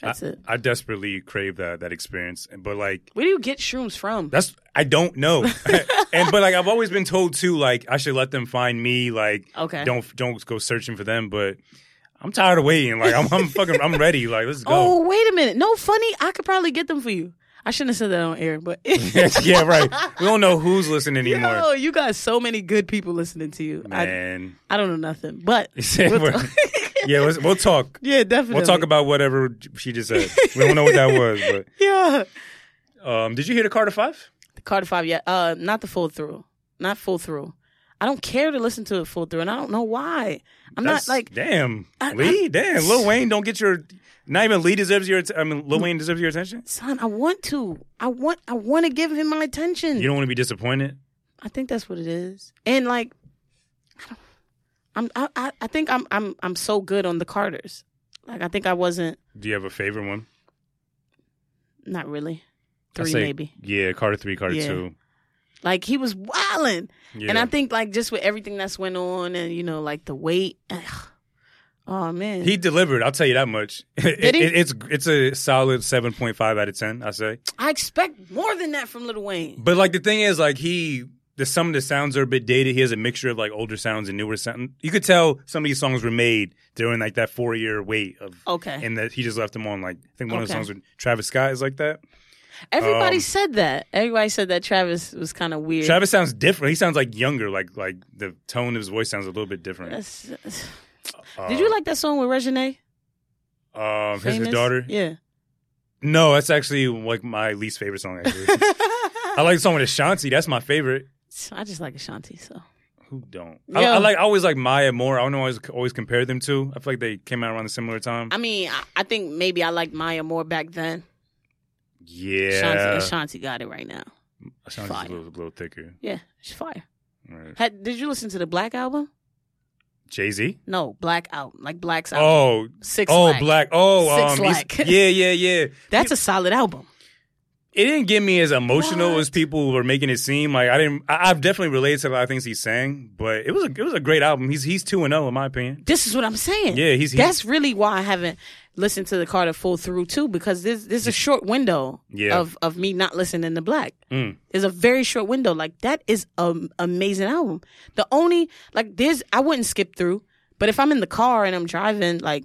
That's it.
I desperately crave that that experience, but like
Where do you get shrooms from?
That's I don't know. and but like I've always been told too, like I should let them find me. Like
Okay.
don't don't go searching for them. But I'm tired of waiting. Like I'm, I'm fucking I'm ready. Like let's go.
Oh, wait a minute. No, funny. I could probably get them for you. I shouldn't have said that on air, but
yeah, right. We don't know who's listening anymore.
Yo, you got so many good people listening to you. I,
Man,
I don't know nothing, but
We're-
we'll talk.
yeah, let's, we'll talk.
yeah, definitely.
We'll talk about whatever she just said. We don't know what that was,
yeah.
but um, did you hear the Carter Five?
The Carter Five, yeah, uh, not the full through, not full through. I don't care to listen to it full through, and I don't know why. I'm
That's-
not like
damn
I-
Lee, damn Lil Wayne. Don't get your not even Lee deserves your. att- I mean,
Mm.
Lil Wayne deserves your attention.
son. I want to. I want. I want to give him my attention.
You don't want to be disappointed.
I think that's what it is. And like, I don't, I'm. I- I, I think I'm. I'm. I'm so good on the Carters. Like I think I wasn't.
Do you have a favorite one?
Not really.
I'd
Three
say-
maybe.
Yeah, Carter three, Carter
Yeah.
two.
Like he was wilding,
Yeah.
and I think like just with everything that's went on, and you know like the weight. ugh. Oh man.
he delivered. I'll tell you that much. It-
he?
it- it's it's a solid seven point five out of ten. I say.
I expect more than that from Little Wayne.
But like the thing is, like he, the some of the sounds are a bit dated. He has a mixture of like older sounds and newer sounds. You could tell some of these songs were made during like that four year wait of,
Okay.
and that he just left them on. Like I think one of the
Okay.
songs with Travis Scott is like that.
Everybody
um,
said that. Everybody said that Travis was kind of weird.
Travis sounds different. He sounds like younger. Like like the tone of his voice sounds a little bit different.
That's- Did you like that song with Regine?
Uh, um, his, his
Famous?
daughter?
Yeah.
No, that's actually like my least favorite song. Actually, I
I
like the song with Ashanti. That's my favorite.
just like Ashanti. So
Who don't? I,
Yeah.
I like. I always like Maya more. I don't know. I always, always compare them to. I feel like they came out around a similar time.
I mean, I, I think maybe I liked Maya more back then. Ashanti,
Yeah,
Ashanti got it right now.
Ashanti's
fire.
a little, little thicker.
Yeah, she's fire.
Right.
Had, did you listen to the Black album?
Jay Z.
No, Black album, like Black's album.
Oh,
Six.
oh,
Black.
black. Oh,
Six
um, he's-
Black.
yeah, yeah, yeah.
That's a solid album.
It didn't get me as emotional
What?
as people were making it seem. Like I didn't. I, I've definitely related to a lot of things he sang, but it was a it was a great album. He's he's two and zero in my opinion.
This is what I'm saying.
Yeah, he's- he's-
that's really why I haven't listened to the Carter full through too because this this is a short window
Yeah.
of of me not listening to Black.
Mm.
There's a very short window. Like that is an amazing album. The only like there's I wouldn't skip through, but if I'm in the car and I'm driving, like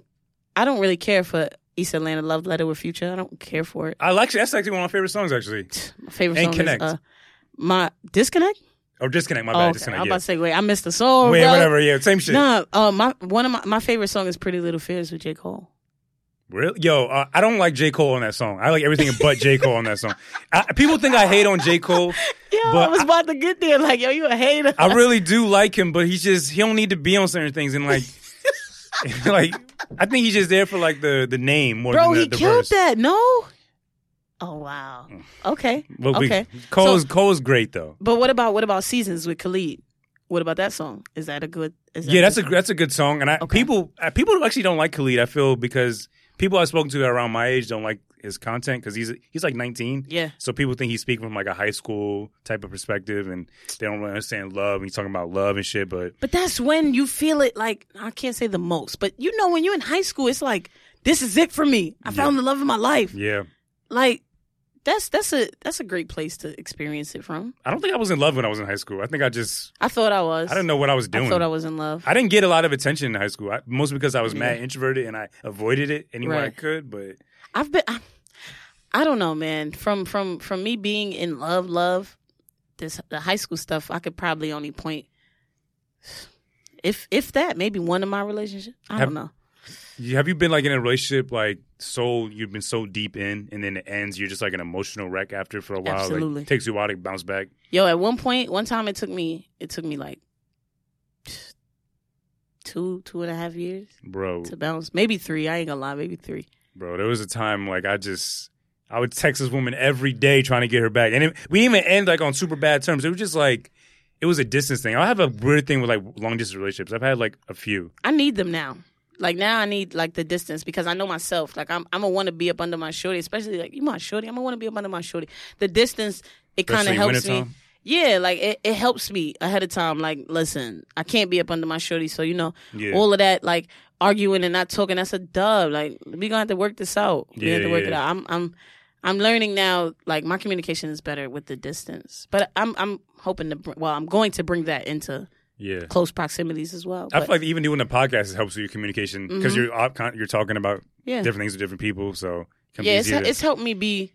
I don't really care for East Atlanta Love Letter with Future. I don't care for it.
I like that's actually one of my favorite songs actually.
My favorite
And
song
Connect.
is uh, my disconnect.
Or disconnect. My
Oh,
bad.
okay.
Disconnect.
I'm
yeah.
about to say oh, wait, I missed the song.
Wait,
bro.
whatever. Yeah, same shit.
No, uh, my one of my, my favorite song is Pretty Little Fears with J Cole.
Really? Yo, uh, I don't like J. Cole on that song. I like everything but J. Cole on that song. I, people think I hate on J. Cole.
Yo, I
But
was about to get there. Like, yo, you a hater.
I really do like him, but he's just he don't need to be on certain things and like like I think he's just there for like the the name more
Bro,
than the,
he
the
killed
verse. Mm.
that. No. Oh wow. Okay.
But we-
okay.
Cole's
So-
Cole's great though.
but what about what about Seasons with Khalid? What about that song? Is that a good? Is that
Yeah, that's a that's a good song, and I
Okay.
people uh, people who actually don't like Khalid. I feel because people I've spoken to around my age don't like his content because he's he's like 19.
yeah.
So people think he's speaking from like a high school type of perspective, and they don't really understand love. And he's talking about love and shit, but
But that's when you feel it. Like I can't say the most, but you know when you're in high school, it's like this is it for me. I found the love of my life.
yeah,
Like that's that's a that's a great place to experience it from.
I don't think I was in love when I was in high school. I think I just
I thought I was.
I didn't know what I was doing.
I thought I was in love.
I didn't get a lot of attention in high school, I, most because I was mad
Yeah.
introverted and I avoided it any way I
Right.
could. But
I've been. I, I don't know, man. From from from me being in love, love this the high school stuff. I could probably only point, if if that, maybe one of my relationships. I
Have-
don't know.
you, have you been like in a relationship like so you've been so deep in, and then it ends? You're just like an emotional wreck after for a while. Like,
Absolutely.
it takes you a while to bounce back.
Yo, at one point, one time it took me it took me like two two and a half years
Bro,
to bounce. Maybe three. I ain't gonna lie. Maybe three.
bro, there was a time like I just. I would text this woman every day trying to get her back, and it, we didn't even end like on super bad terms. It was just like it was a distance thing. I have a weird thing with like long distance relationships. I've had like a few.
I need them now. Like now, I need like the distance because I know myself. Like I'm, I'm gonna want to be up under my shorty, especially like you my shorty. I'm gonna want to be up under my shorty. The distance, it kind of
Especially
helps me.
wintertime?
Yeah, like it, it helps me ahead of time. Like, listen, I can't be up under my shorty, so you know
Yeah.
all of that, like arguing and not talking. That's a dub. Like we gonna have to work this out. We have
Yeah,
to work
yeah.
it out. I'm, I'm, I'm learning now. Like my communication is better with the distance, but I'm, I'm hoping to. Br- well, I'm going to bring that into
Yeah.
close proximities as well.
I
But-
feel like even doing a podcast it helps with your communication because
Mhm.
you're op- con- you're talking about
yeah.
different things with different people, so it can
yeah,
be
it's,
easier. to-
it's helped me be,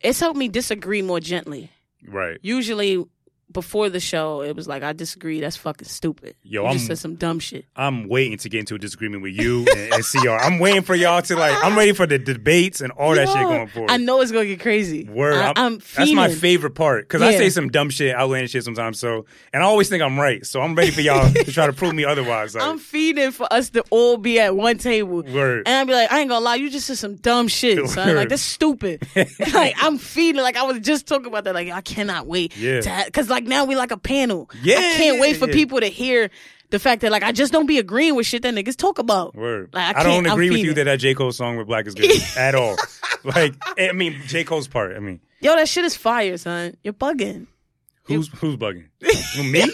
it's helped me disagree more gently.
right.
Usually, before the show, it was like I disagree. That's fucking stupid.
Yo,
you just
I'm-
said some dumb shit.
I'm waiting to get into a disagreement with you and, and CR. I'm waiting for y'all to like. I'm ready for the debates and all that shit
Yo,
going forward.
I know it's gonna get crazy.
Word.
I,
I'm,
I'm
that's my
fiending.
favorite part because I
Yeah.
say some dumb shit, outlandish shit sometimes. So, and I always think I'm right. So I'm ready for y'all to try to prove me otherwise. Like,
I'm feeding for us to all be at one table.
Word.
And I'd be like, I ain't gonna lie, you just said some dumb shit, son. Like
Word.
that's stupid. like I'm feeding. Like I was just talking about that. Like I cannot wait.
Yeah.
to ha- Cause like now we like a panel.
Yeah,
I can't
yeah,
wait for
yeah.
people to hear the fact that like I just don't be agreeing with shit that niggas talk about.
Word.
Like, I
I, don't
can't- I'm
agree with you
feeding.
that that J Cole song with Black is good at all. Like, I mean, J Cole's part. I mean,
Yo, that shit is fire, son. You're bugging.
who's who's bugging? me?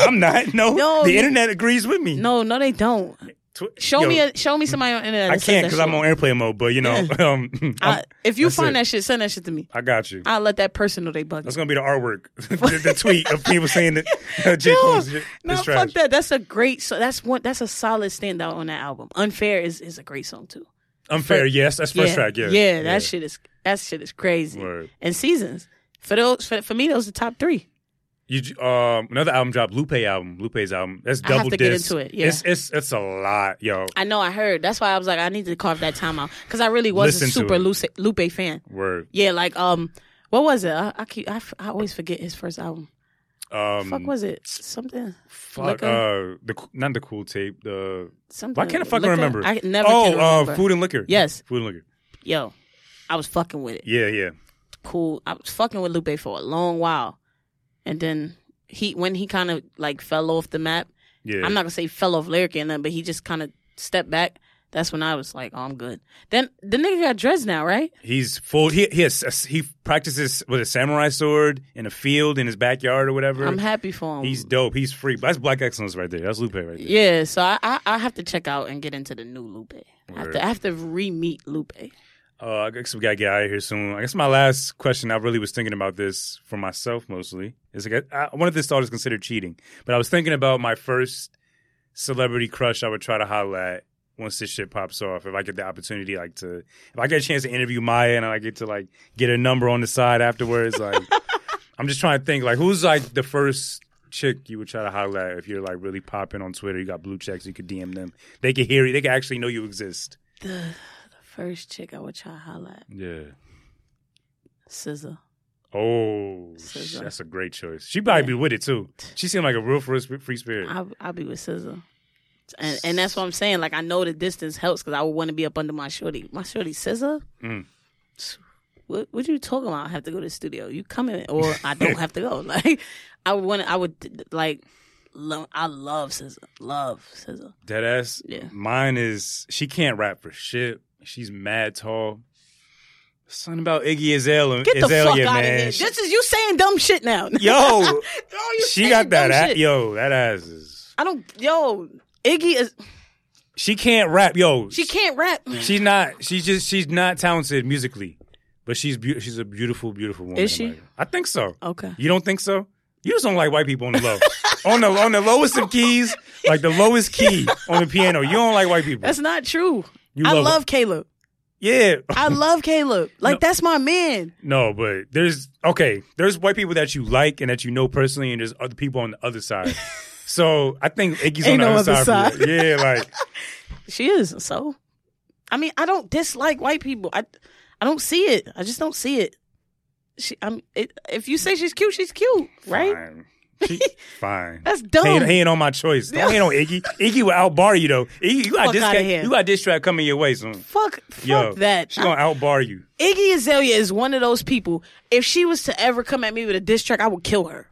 I'm not. No,
No,
the
you-
internet agrees with me.
No, no, they don't.
Tw-
Show
yo,
me a show me somebody on internet.
I
that says
can't
that
because I'm
shit.
on airplane mode. But you know, um, I'm-
I- if you
that's
find
it.
that shit, send that shit to me.
I got you.
I'll let that person know they bugging.
That's gonna be the artwork, the, the tweet of people saying that uh, J Cole's
no,
is
no,
trash.
fuck that. That's a great. So that's one. That's a solid standout on that album. Unfair is is a great song too.
Unfair. Yes, that's first
yeah,
track. Yeah,
yeah, that shit is that shit is crazy.
Word.
And seasons for those for, for me, those are the top three.
You um another album dropped, Lupe album, Lupe's album. That's
I have
double
to get
disc.
into it, yeah.
It's it's it's a lot, yo.
I know I heard. That's why I was like, I need to carve that time out because I really was
Listen
a
to
super
it.
Luce, Lupe fan.
Word.
Yeah, like um, what was it? I, I keep I, f- I always forget his first album.
Um,
Fuck was it? Something.
fuck, uh, the not the cool tape. The
something.
why can't I fucking
Liquor?
remember?
I never.
Oh,
can remember.
uh, food and liquor.
Yes.
food and liquor.
Yo, I was fucking with it.
Yeah, yeah.
cool. I was fucking with Lupe for a long while, and then he when he kind of like fell off the map.
Yeah.
I'm not gonna say fell off lyrically and then, but he just kind of stepped back. That's when I was like, oh, I'm good. Then the nigga got dressed now, right?
He's full. He he has, he practices with a samurai sword in a field in his backyard or whatever.
I'm happy for him.
He's dope. He's free. That's black excellence right there. That's Lupe right there.
yeah, so I, I I have to check out and get into the new Lupe. I have
Word.
to I have to re meet Lupe.
Uh, I guess we gotta get out of here soon. I guess my last question. I really was thinking about this for myself mostly. Is like I, I wanted this thought is considered cheating, but I was thinking about my first celebrity crush. I would try to holla at once this shit pops off. If I get the opportunity, like to, if I get a chance to interview Maya and I get to like get a number on the side afterwards, like I'm just trying to think like who's like the first chick you would try to holla at if you're like really popping on Twitter. You got blue checks. You could DM them. They could hear you. They could actually know you exist.
First chick I would try to holla at
Yeah.
Scissor.
Oh,
SZA.
that's a great choice. She probably be with it too. She seemed like a real free sp- free spirit.
I I'll be with Scissor. And and that's what I'm saying. Like I know the distance helps because I would want to be up under my shorty. My shorty Scissor.
Mm.
What what you talking about? I have to go to the studio. You coming or I don't have to go. Like I would want. I would like. Lo- I love Scissor. Love Scissor.
Dead ass.
Yeah.
Mine is she can't rap for shit. She's mad tall. Something about Iggy Azale- Azalea.
Get the fuck out of
man.
here. This is you saying dumb shit now.
yo,
Oh, you
she
saying
got that.
dumb
Ass,
shit.
yo, that ass is.
I don't. Yo, Iggy is.
She can't rap. Yo,
She can't rap.
She's not. She's just. She's not talented musically, but she's beau she's a beautiful, beautiful woman.
Is she?
Like, I think so.
Okay.
You don't think so? You just don't like white people on the low. on the on the lowest of keys, like the lowest key on the piano. You don't like white people.
That's not true.
You
I
love-
love Caleb.
yeah.
I love Caleb. Like
No.
that's my man.
No, but there's okay. There's white people that you like and that you know personally, and there's other people on the other side. So I think Iggy's
Ain't
on the
no
other
other
side. for
side.
that. Yeah, like
She is. So, I mean, I don't dislike white people. I, I don't see it. I just don't see it. She, I'm. It, if you say she's cute, she's cute, right?
Fine. She- fine.
That's dumb.
Hate, hate on my choice. Don't hate on Iggy. Iggy will outbar you though. Iggy, you got
Fuck
this.
outta here.
You got this track coming your way soon.
Fuck, fuck
Yo,
that.
She gonna outbar you.
Iggy Azalea is one of those people. If she was to ever come at me with a diss track, I would kill her.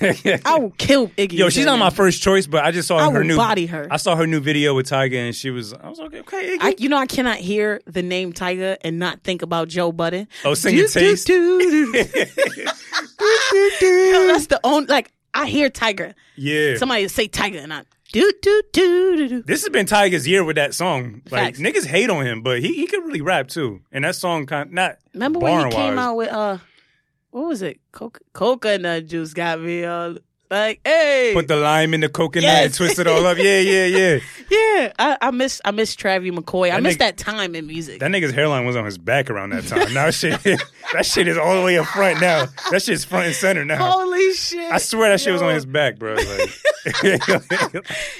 I would kill Iggy.
Yo, she's not
Azalea.
my first choice, but I just saw
I
her
will
new
body her.
I saw her new video with Tyga, and she was. I was like, okay, Iggy.
I, you know, I cannot hear the name Tiger and not think about Joe Budden.
Oh, sing your taste.
do, do, do. Yo, that's the only like I hear Tiger.
yeah.
Somebody say Tiger and I do do do do do.
this has been Tyga's year with that song. Like
Facts.
niggas hate on him, but he he could really rap too. And that song kind not
Remember when he
barn-wise.
came out with uh, what was it? Coca- coconut juice got me all Like, hey,
Put the lime in the coconut and
Yes.
twist it all up. Yeah, yeah, yeah.
yeah, I, I miss I miss Travie McCoy. I
That
miss
nigga-
that time in music.
That nigga's hairline was on his back around that time. Now shit, that shit is all the way up front now. That shit's front and center now.
Holy shit!
I swear that shit was
Yo.
on his back, bro. Like,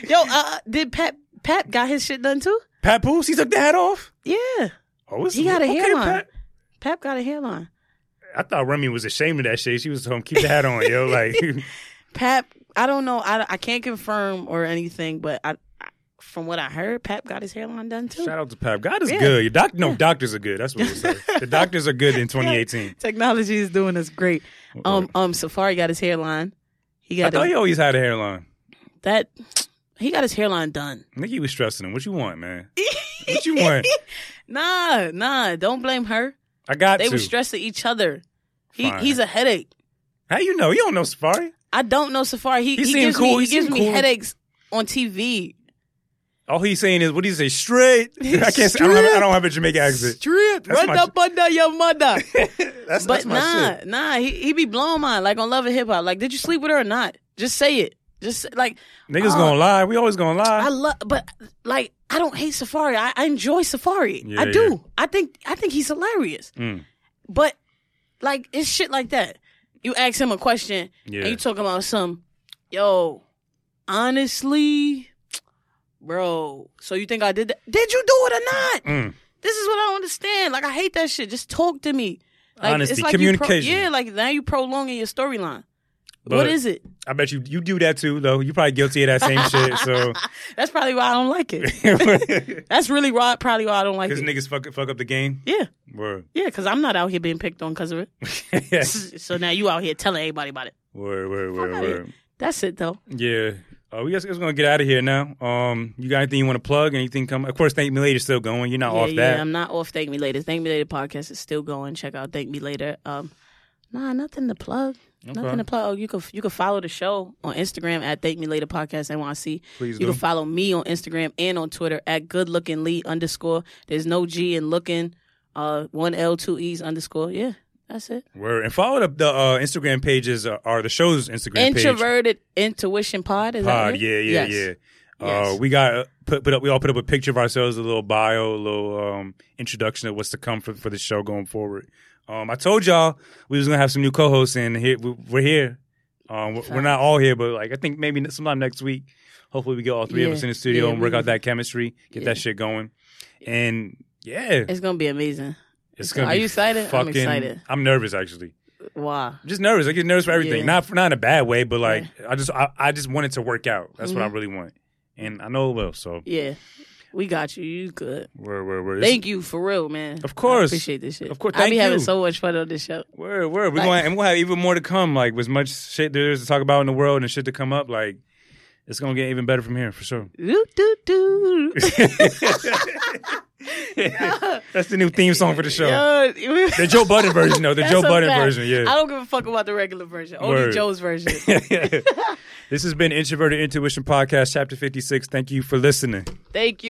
Yo, uh, did Pep Pep got his shit done too?
Pat Poose, he took the hat off.
Yeah,
Oh, it's
He got a
okay,
hairline.
Pat.
Pep got a hairline.
I thought Remy was ashamed of that shit. She was telling him, keep the hat on, yo. Like,
Pep, I don't know. I, I can't confirm or anything, but I, I from what I heard, Pep got his hairline done too.
shout out to Pap. God is
Yeah.
good. Your doc- no, doctors are good. That's what we say. The doctors are good in 2018.
Technology is doing us great. Um, um, Safari got his hairline. He
I
got
thought
a-
he always had a hairline.
that. He got his hairline done.
I think he was stressing him. What you want, man? What you want?
Nah, nah. Don't blame her.
I got
They
to.
were stressing each other. He
Fine.
he's a headache.
How you know? You don't know Safari.
I don't know Safari. He,
He
he,
seem
gives
cool.
me
He
he gives
seem
me
cool.
headaches on TV.
All he's saying is, what do you say? Straight. I can't. Say, I, don't have, I don't have a Jamaican accent.
Strip,
That's
run
my
up under your mother.
That's,
but
that's my
nah,
shit.
nah, he, he be blowing mine like on Love and Hip Hop. Like, did you sleep with her or not? Just say it. Just say- like
Niggas
uh,
gonna lie. We always gonna lie.
I love, but like I don't hate Safari. I, I enjoy Safari.
Yeah,
I do. I think I think he's hilarious.
Mm.
But like it's shit like that. You ask him a question
Yeah.
and you talking about some, yo, honestly, bro. So you think I did that? Did you do it or not?
Mm.
This is what I don't understand. Like I hate that shit. Just talk to me. Like,
Honesty,
you pro-
communication.
yeah, like now you prolonging your storyline. What
But
is it?
I bet you you do that too, though. You probably guilty of that same shit. So
That's probably why I don't like it. That's really why, probably why I don't like
because
it.
niggas fuck fuck up the game.
yeah.
Word.
Yeah, because I'm not out here being picked on because of it. so now you out here telling everybody about it.
Word, word, word,
outta here.
word.
That's it, though.
Yeah. Uh, we just, just gonna get out of here now. Um, you got anything you want to plug? Anything come? Of course, thank me later. Still going. You're not
yeah,
off
yeah,
that.
I'm not off Thank Me Later. Thank Me Later podcast is still going. Check out Thank Me Later. Um, nah, nothing to plug. Nothing to plug. Oh, you can you can follow the show on Instagram at Thank Me Later Podcast NYC.
Please
you
do.
can follow me on Instagram and on Twitter at Good Looking Lee underscore. There's no G in looking. Uh, one L two E's underscore. Yeah, that's it.
Word. And follow the, the uh, Instagram pages uh, or the show's Instagram page.
Introverted Intuition Pod. Is
pod.
That it?
Yeah, yeah,
Yes.
yeah. Uh,
Yes.
we got uh, put put up. We all put up a picture of ourselves, a little bio, a little um, introduction of what's to come for, for the show going forward. Um, I told y'all we was gonna have some new co-hosts, and here we, we're here. Um, we're, we're not all here, but like I think maybe sometime next week, hopefully we get all three of
Yeah.
us in the studio
Yeah,
and work
we-
out that chemistry, get
Yeah.
that shit going, and yeah,
It's gonna be amazing.
it's gonna.
Are
be
you excited? I'm
Fucking,
excited.
I'm nervous actually.
Wow.
I'm just nervous. I get nervous for everything.
Yeah.
Not for, not in a bad way, but like I just I, I just want it to work out. That's what I
Mm-hmm.
really want, and I know it will. So
Yeah. We got you. You good.
word word word.
Thank you for real, man.
Of course.
I appreciate this shit.
Of course,
I be
thank
having
you.
so much fun on this show.
word word. We're going and we'll have even more to come. Like with much shit there is to talk about in the world and shit to come up. Like it's gonna get even better from here for sure.
Doo, doo, doo.
That's the new theme song for the show.
Yo,
The Joe Budden version, though. The
that's
Joe
a
Budden
fact.
version. Yeah.
I don't give a fuck about the regular version.
Word.
Only Joe's version.
this has been Introverted Intuition Podcast, Chapter 56. Thank you for listening.
Thank you.